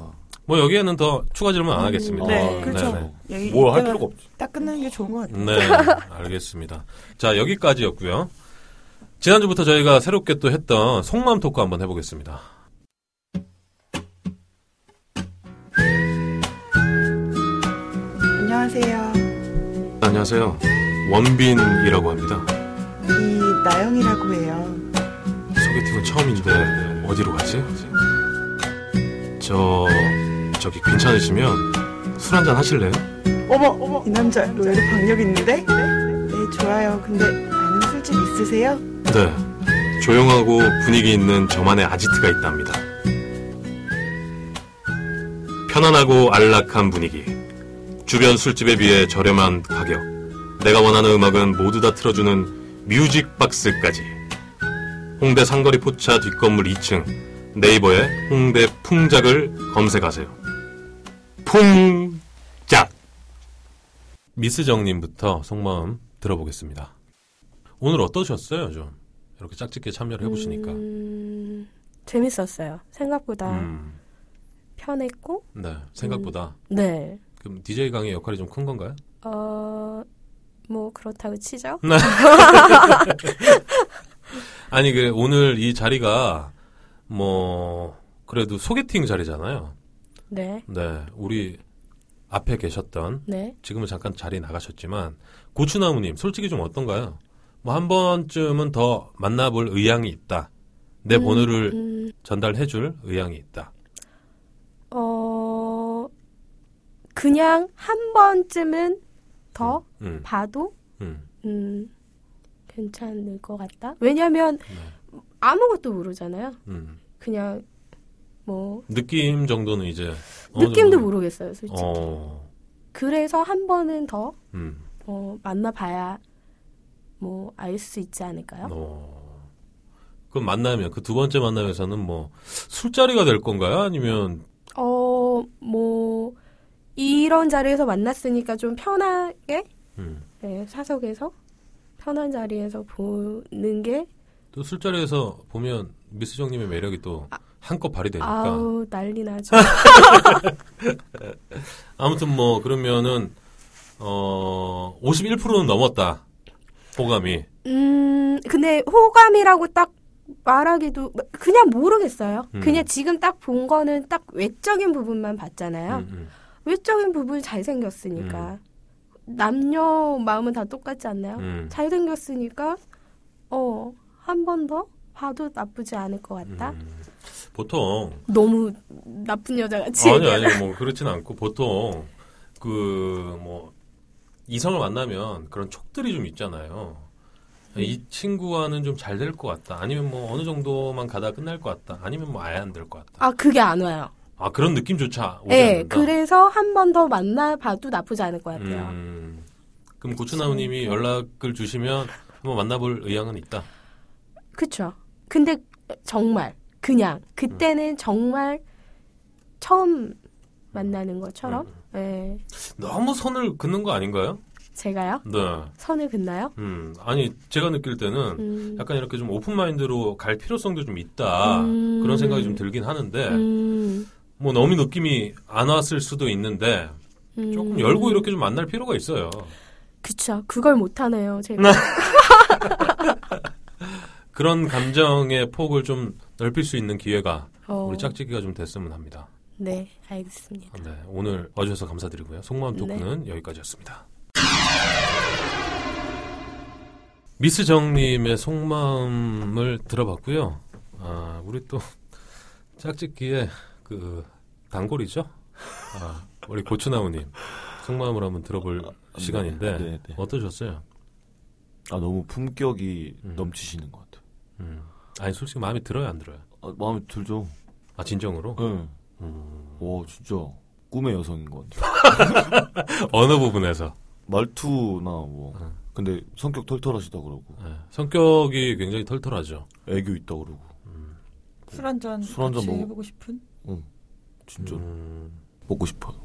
S1: 뭐 여기에는 더 추가 질문 안 하겠습니다.
S3: 네,
S2: 아,
S3: 그렇죠.
S1: 네,
S3: 얘기
S2: 뭘 할
S3: 이때가
S2: 필요가 없지.
S3: 딱 끝나는 게 좋은 것 같아요.
S1: 네, 알겠습니다. 자 여기까지였고요. 지난주부터 저희가 새롭게 또 했던 속마음 토크 한번 해보겠습니다.
S3: 안녕하세요.
S1: 안녕하세요. 원빈이라고 합니다.
S3: 이 나영이라고 해요.
S1: 소개팅은 처음인데 어디로 가지? 저 저기 괜찮으시면 술 한잔 하실래요?
S3: 어머 어머 이 남자 로열이 박력 있는데? 네 좋아요. 근데 아는 술집 있으세요?
S1: 네. 조용하고 분위기 있는 저만의 아지트가 있답니다. 편안하고 안락한 분위기. 주변 술집에 비해 저렴한 가격. 내가 원하는 음악은 모두 다 틀어주는 뮤직박스까지. 홍대 상거리 포차 뒷건물 2층. 네이버에 홍대 풍작을 검색하세요. 풍작! 미스정님부터 속마음 들어보겠습니다. 오늘 어떠셨어요, 좀? 이렇게 짝짓게 참여를 해보시니까. 음,
S4: 음, 재밌었어요. 생각보다 편했고,
S1: 네, 생각보다.
S4: 네.
S1: 그럼 DJ 강의 역할이 좀 큰 건가요?
S4: 어, 뭐 그렇다고 치죠?
S1: *laughs* 아니, 그, 오늘 이 자리가, 뭐, 그래도 소개팅 자리잖아요.
S4: 네,
S1: 네, 우리 앞에 계셨던,
S4: 네.
S1: 지금은 잠깐 자리 나가셨지만, 고추나무님, 솔직히 좀 어떤가요? 뭐, 한 번쯤은 더 만나볼 의향이 있다. 내
S4: 음,
S1: 번호를
S4: 음,
S1: 전달해줄 의향이 있다.
S4: 어, 그냥 한 번쯤은 더
S1: 음,
S4: 봐도
S1: 음.
S4: 음, 괜찮을 것 같다. 왜냐면
S1: 네.
S4: 아무것도 모르잖아요.
S1: 음.
S4: 그냥 뭐
S1: 느낌 정도는 이제. 어느
S4: 느낌도
S1: 정도는-
S4: 모르겠어요, 솔직히.
S1: 어,
S4: 그래서 한 번은 더
S1: 음. 네.
S4: 어, 만나봐야 뭐 알 수 있지 않을까요?
S1: 어. 그 만나면 그 두 번째 만남에서는 뭐 술자리가 될 건가요? 아니면
S4: 어, 뭐, 이런 자리에서 만났으니까 좀 편하게,
S1: 음.
S4: 네, 사석에서 편한 자리에서 보는 게,
S1: 또 술자리에서 보면 미스정님의 매력이 또 한껏 발휘되니까
S4: 아. 아우, 난리 나죠. *laughs*
S1: 아무튼 뭐 그러면은 어 51%는 넘었다 호감이
S4: 음, 근데 호감이라고 딱 말하기도, 뭐 그냥 모르겠어요.
S1: 음.
S4: 그냥 지금 딱 본 거는 딱 외적인 부분만 봤잖아요.
S1: 음, 음.
S4: 외적인 부분이 잘생겼으니까. 남녀 마음은 다 똑같지 않나요?
S1: 음.
S4: 잘생겼으니까, 어, 한 번 더? 봐도 나쁘지 않을 것 같다.
S1: 음. 보통
S4: 너무 나쁜 여자같이.
S1: 아니 아니 뭐 그렇진 않고 보통 그 뭐 이성을 만나면 그런 촉들이 좀 있잖아요. 이 친구와는 좀 잘 될 것 같다. 아니면 뭐 어느 정도만 가다 끝날 것 같다. 아니면 뭐 아예 안 될 것 같다.
S4: 아, 그게 안 와요.
S1: 아 그런 느낌조차 오지
S4: 예,
S1: 않는다.
S4: 그래서 한 번 더 만나봐도 나쁘지 않을 것 같아요.
S1: 음, 그럼 고추나무님이 연락을 주시면 한번 만나볼 의향은 있다.
S4: 그쵸. 근데 정말, 그냥,
S1: 음.
S4: 그때는 정말 처음 만나는 것처럼,
S1: 음.
S4: 예,
S1: 너무 선을 긋는 거 아닌가요?
S4: 제가요?
S1: 네.
S4: 선을 긋나요?
S1: 음, 아니 제가 느낄 때는
S4: 음.
S1: 약간 이렇게 좀 오픈 마인드로 갈 필요성도 좀 있다
S4: 음.
S1: 그런 생각이 좀 들긴 하는데
S4: 음,
S1: 뭐 너무 느낌이 안 왔을 수도 있는데
S4: 음.
S1: 조금 열고 이렇게 좀 만날 필요가 있어요.
S4: 그쵸. 그걸 못하네요, 제가.
S1: 그런 감정의 폭을 좀 넓힐 수 있는 기회가
S4: 어,
S1: 음, 우리 짝짓기가 좀 됐으면 합니다.
S4: 네, 알겠습니다.
S1: 네, 오늘 와주셔서 감사드리고요. 속마음
S4: 네.
S1: 토크는 여기까지였습니다. 미스 정님의 속마음을 들어봤고요. 아, 우리 또 *laughs* 짝짓기의 그 단골이죠. 아, 우리 고추나무님 속마음을 한번 들어볼
S2: 아,
S1: 시간인데
S2: 네, 네.
S1: 어떠셨어요?
S2: 아 너무 품격이
S1: 음.
S2: 넘치시는 것 같아요.
S1: 음. 아니 솔직히 마음에 들어요, 안 들어요?
S2: 아, 마음에 들죠.
S1: 아 진정으로? *laughs*
S2: 네.
S1: 음.
S2: 와 진짜 꿈의 여성인 것 같아요.
S1: 어느 부분에서
S2: 말투나 뭐
S1: 음.
S2: 근데 성격 털털하시다 그러고
S1: 네, 성격이 굉장히 털털하죠.
S2: 애교 있다 그러고
S3: 술 한잔
S2: 술 한잔
S3: 같이
S2: 먹어.
S3: 해보고 싶은?
S2: 진짜 로
S1: 음.
S2: 먹고 싶어요.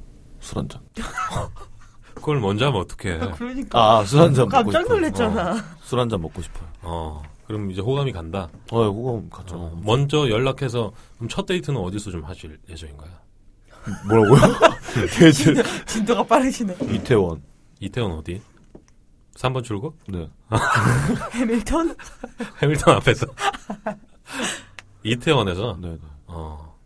S2: 술 한 잔.
S1: 그걸 먼저 하면
S2: *laughs*
S1: 어떡해?
S3: 아, 그러니까
S2: 아 술 한 잔 먹고
S3: 깜짝
S2: 싶어요.
S3: 놀랐잖아.
S2: 술 한 잔 먹고 싶어요.
S1: 어, 그럼 이제 호감이 간다.
S2: 아 호감 가죠.
S1: 어, 먼저 연락해서 그럼 첫 데이트는 어디서 좀 하실 예정인가요?
S2: 뭐라고요? *laughs* 대신
S3: *laughs* 진도가 빠르시네.
S2: 이태원.
S1: 이태원 어디? 3번 출구? *laughs*
S2: 네.
S3: 해밀턴?
S1: 해밀턴 앞에서. *laughs* 이태원에서
S2: 네. 네.
S1: 어,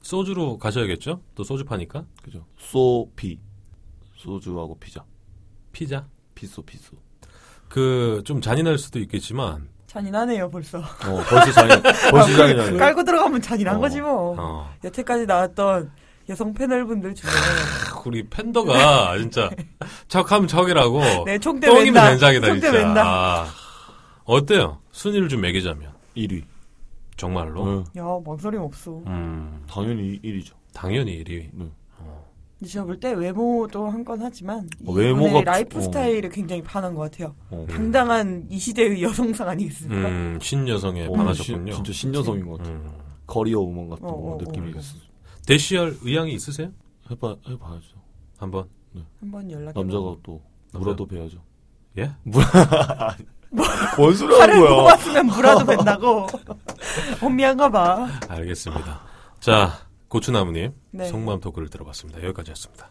S1: 소주로 가셔야겠죠? 또 소주 파니까
S2: 그죠. 소피 소주하고 피자.
S1: 피자.
S2: 피소 피소.
S1: 그 좀 잔인할 수도 있겠지만
S3: 잔인하네요, 벌써.
S2: 어 벌써 장이 벌써 장이 나네.
S3: 아, 그 *laughs* 깔고 들어가면 잔인한
S2: 어.
S3: 거지 뭐.
S1: 어,
S3: 여태까지 나왔던 여성 패널분들
S2: *laughs*
S3: 중에
S1: 크, 우리
S3: *laughs*
S1: 팬더가 진짜 척하면 척이라고
S3: 네, 총대
S1: 똥이면
S3: 맨다.
S1: 된장이다
S3: 총대
S1: 진짜.
S3: 맨다.
S1: 아, 어때요? 순위를 좀 매기자면
S2: 1위.
S1: 정말로.
S2: 네.
S3: 야, 망설임 없어.
S1: 음,
S2: 당연히 1위죠.
S1: 당연히 1위.
S2: 네.
S3: 근데 제가 볼 때 외모도 한 건 하지만
S2: 어,
S3: 외모가
S2: 외모가-
S3: 라이프
S2: 어.
S3: 스타일에 굉장히 반한 것 같아요.
S2: 어.
S3: 당당한 이 시대의 여성상 아니겠습니까?
S1: 음, 신여성에
S2: 어,
S1: 반하셨군요.
S2: 신- 진짜 신여성인 것 같아. 요
S1: 음.
S2: 커리어 우먼 같은
S3: 어,
S2: 거
S3: 어,
S2: 느낌이
S3: 어.
S2: 있어.
S1: 대시할 의향이 있으세요?
S2: 해봐 해봐야죠.
S1: 한번.
S3: 한번 연락.
S2: 남자가 또 물어도 배야죠.
S1: 예?
S2: 뭔 소리
S3: 팔을
S1: *laughs*
S3: 뽑았으면 물어도 된다고. 엄미한가 봐.
S1: 알겠습니다. 자, 고추나무님
S3: 네.
S1: 속마음 토크를 들어봤습니다. 여기까지였습니다.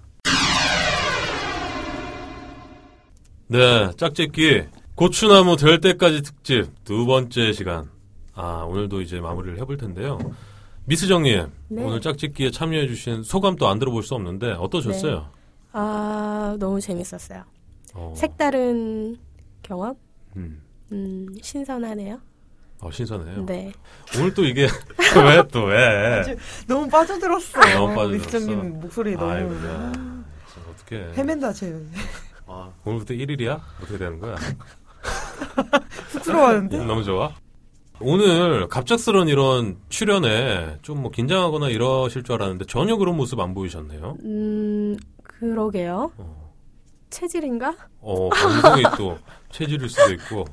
S1: 네, 짝짓기 고추나무 될 때까지 특집 두 번째 시간. 아, 오늘도 이제 마무리를 해볼 텐데요. 미스정님,
S4: 네.
S1: 오늘 짝짓기에 참여해주신 소감 또 안 들어볼 수 없는데 어떠셨어요?
S4: 아, 너무 재밌었어요.
S3: 네.
S1: 어,
S4: 색다른 경험?
S1: 음,
S4: 음, 신선하네요.
S1: 어, 신선해요.
S4: 네.
S1: 오늘 또 이게 *laughs* 왜 또 왜?
S3: 아주 너무 빠져들었어.
S1: 아, 너무 빠져들었어.
S3: 미스터님 목소리 너무
S1: 아이고, 네. 야. 진짜 어떻게?
S3: 헤맨다 제
S2: 아,
S1: 오늘부터 1일이야? 어떻게 되는 거야?
S3: 쑥스러워하는데.
S1: 너무 좋아. 오늘 갑작스런 이런 출연에 좀 뭐 긴장하거나 이러실 줄 알았는데 전혀 그런 모습 안 보이셨네요.
S4: 음, 그러게요.
S1: 어.
S4: 체질인가?
S1: 어, 방송이 또 체질일 수도 있고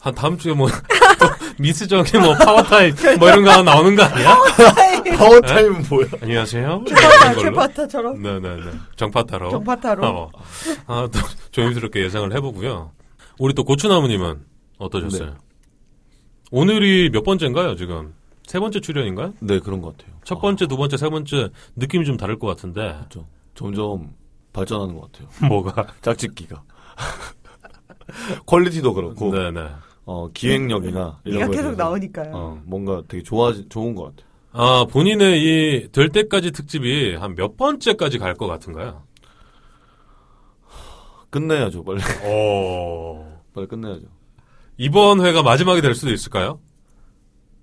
S1: 한 다음 주에 뭐 *laughs* 또 미스정의 뭐 파워타임 뭐 이런 거 하나 나오는 거 아니야?
S2: 파워타임은 뭐야?
S1: 안녕하세요.
S3: 파타,
S1: 이런 걸로.
S3: 최파타처럼
S1: 네네네. 정파타로.
S3: 아, 정파타로
S1: 어. 아, 또 조심스럽게 예상을 해보고요. 우리 또 고추나무님은 어떠셨어요? 오늘이 몇 번째인가요, 지금? 세 번째 출연인가요?
S2: 네 그런 것 같아요.
S1: 첫 번째, 두 번째, 세 번째 느낌이 좀 다를 것 같은데.
S2: 아, 그렇죠. 점점 발전하는 것
S1: *laughs*
S2: 같아요.
S1: 뭐가?
S2: 짝짓기가 퀄리티도 그렇고
S1: 네네.
S2: 어, 기획력이나
S3: 네가
S2: 이런 거에
S3: 계속
S2: 대해서,
S3: 나오니까요.
S2: 어, 뭔가 되게 좋아 좋은 것 같아요.
S1: 아, 본인의 이 될 때까지 특집이 한 몇 번째까지 갈 것 같은가요?
S2: 끝내야죠 빨리 *laughs*
S1: 오.
S2: 빨리 끝내야죠.
S1: 이번 회가 마지막이 될 수도 있을까요?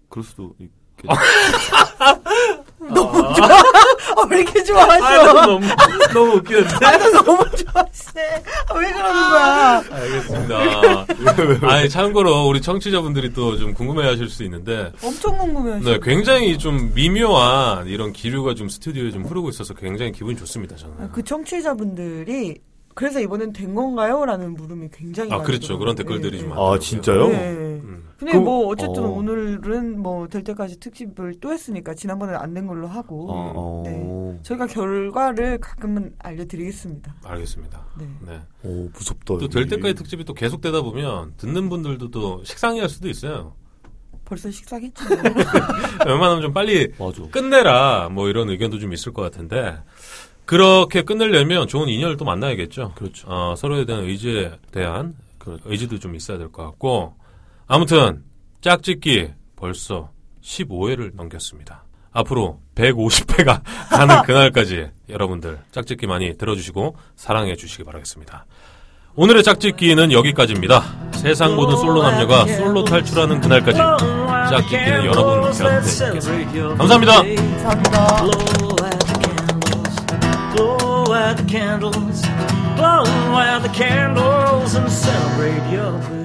S2: 그럴 수도 있겠죠.
S3: *laughs* 아, 네. 너무 좋아. 아, 왜 이렇게 좋아하셔?
S1: 아, 나 너무, 너무 웃기는데?
S3: 아, *laughs* 나 너무 좋아하시네. 아, 왜 그러는 거야?
S2: *laughs*
S1: 알겠습니다. 아니, 참고로 우리 청취자분들이 또 좀 궁금해 하실 수 있는데,
S3: 엄청 궁금해하시네.
S1: 네, 굉장히 좀 미묘한 이런 기류가 좀 스튜디오에 좀 흐르고 있어서 굉장히 기분이 좋습니다, 저는.
S3: 아, 그 청취자분들이 그래서 이번엔 된 건가요? 라는 물음이 굉장히
S1: 아,
S3: 많이
S1: 그렇죠. 그런 댓글들이 좀 많아요.
S2: 아 진짜요?
S3: 네.
S1: 음.
S3: 근데
S2: 그럼-
S3: 뭐 어쨌든
S2: 어.
S3: 오늘은 뭐 될 때까지 특집을 또 했으니까 지난번에 안 된 걸로 하고
S2: 어, 어.
S3: 네. 저희가 결과를 가끔은 알려드리겠습니다.
S1: 알겠습니다.
S3: 네.
S1: 네.
S2: 오 무섭다.
S1: 또 될
S2: 여기.
S1: 때까지 특집이 또 계속되다 보면 듣는 분들도 또 식상해 할 수도 있어요.
S3: 벌써 식사겠죠.
S2: *laughs*
S1: 웬만하면 좀 빨리
S2: 맞아.
S1: 끝내라 뭐 이런 의견도 좀 있을 것 같은데 그렇게 끝내려면 좋은 인연을 또 만나야겠죠.
S2: 그렇죠.
S1: 어, 서로에 대한 의지에 대한
S2: 그렇죠.
S1: 의지도 좀 있어야 될 것 같고 아무튼 짝짓기 벌써 15회를 넘겼습니다. 앞으로 150회가 *laughs* 가는 그날까지 여러분들 짝짓기 많이 들어주시고 사랑해 주시기 바라겠습니다. 오늘의 짝짓기는 여기까지입니다. 세상 모든 솔로 남녀가 솔로 탈출하는 그날까지 짝짓기는 여러분 곁에 있겠습니다. 감사합니다.
S3: 감사합니다.
S5: Blow out the candles, blow out the candles, blow out the candles and celebrate your birthday.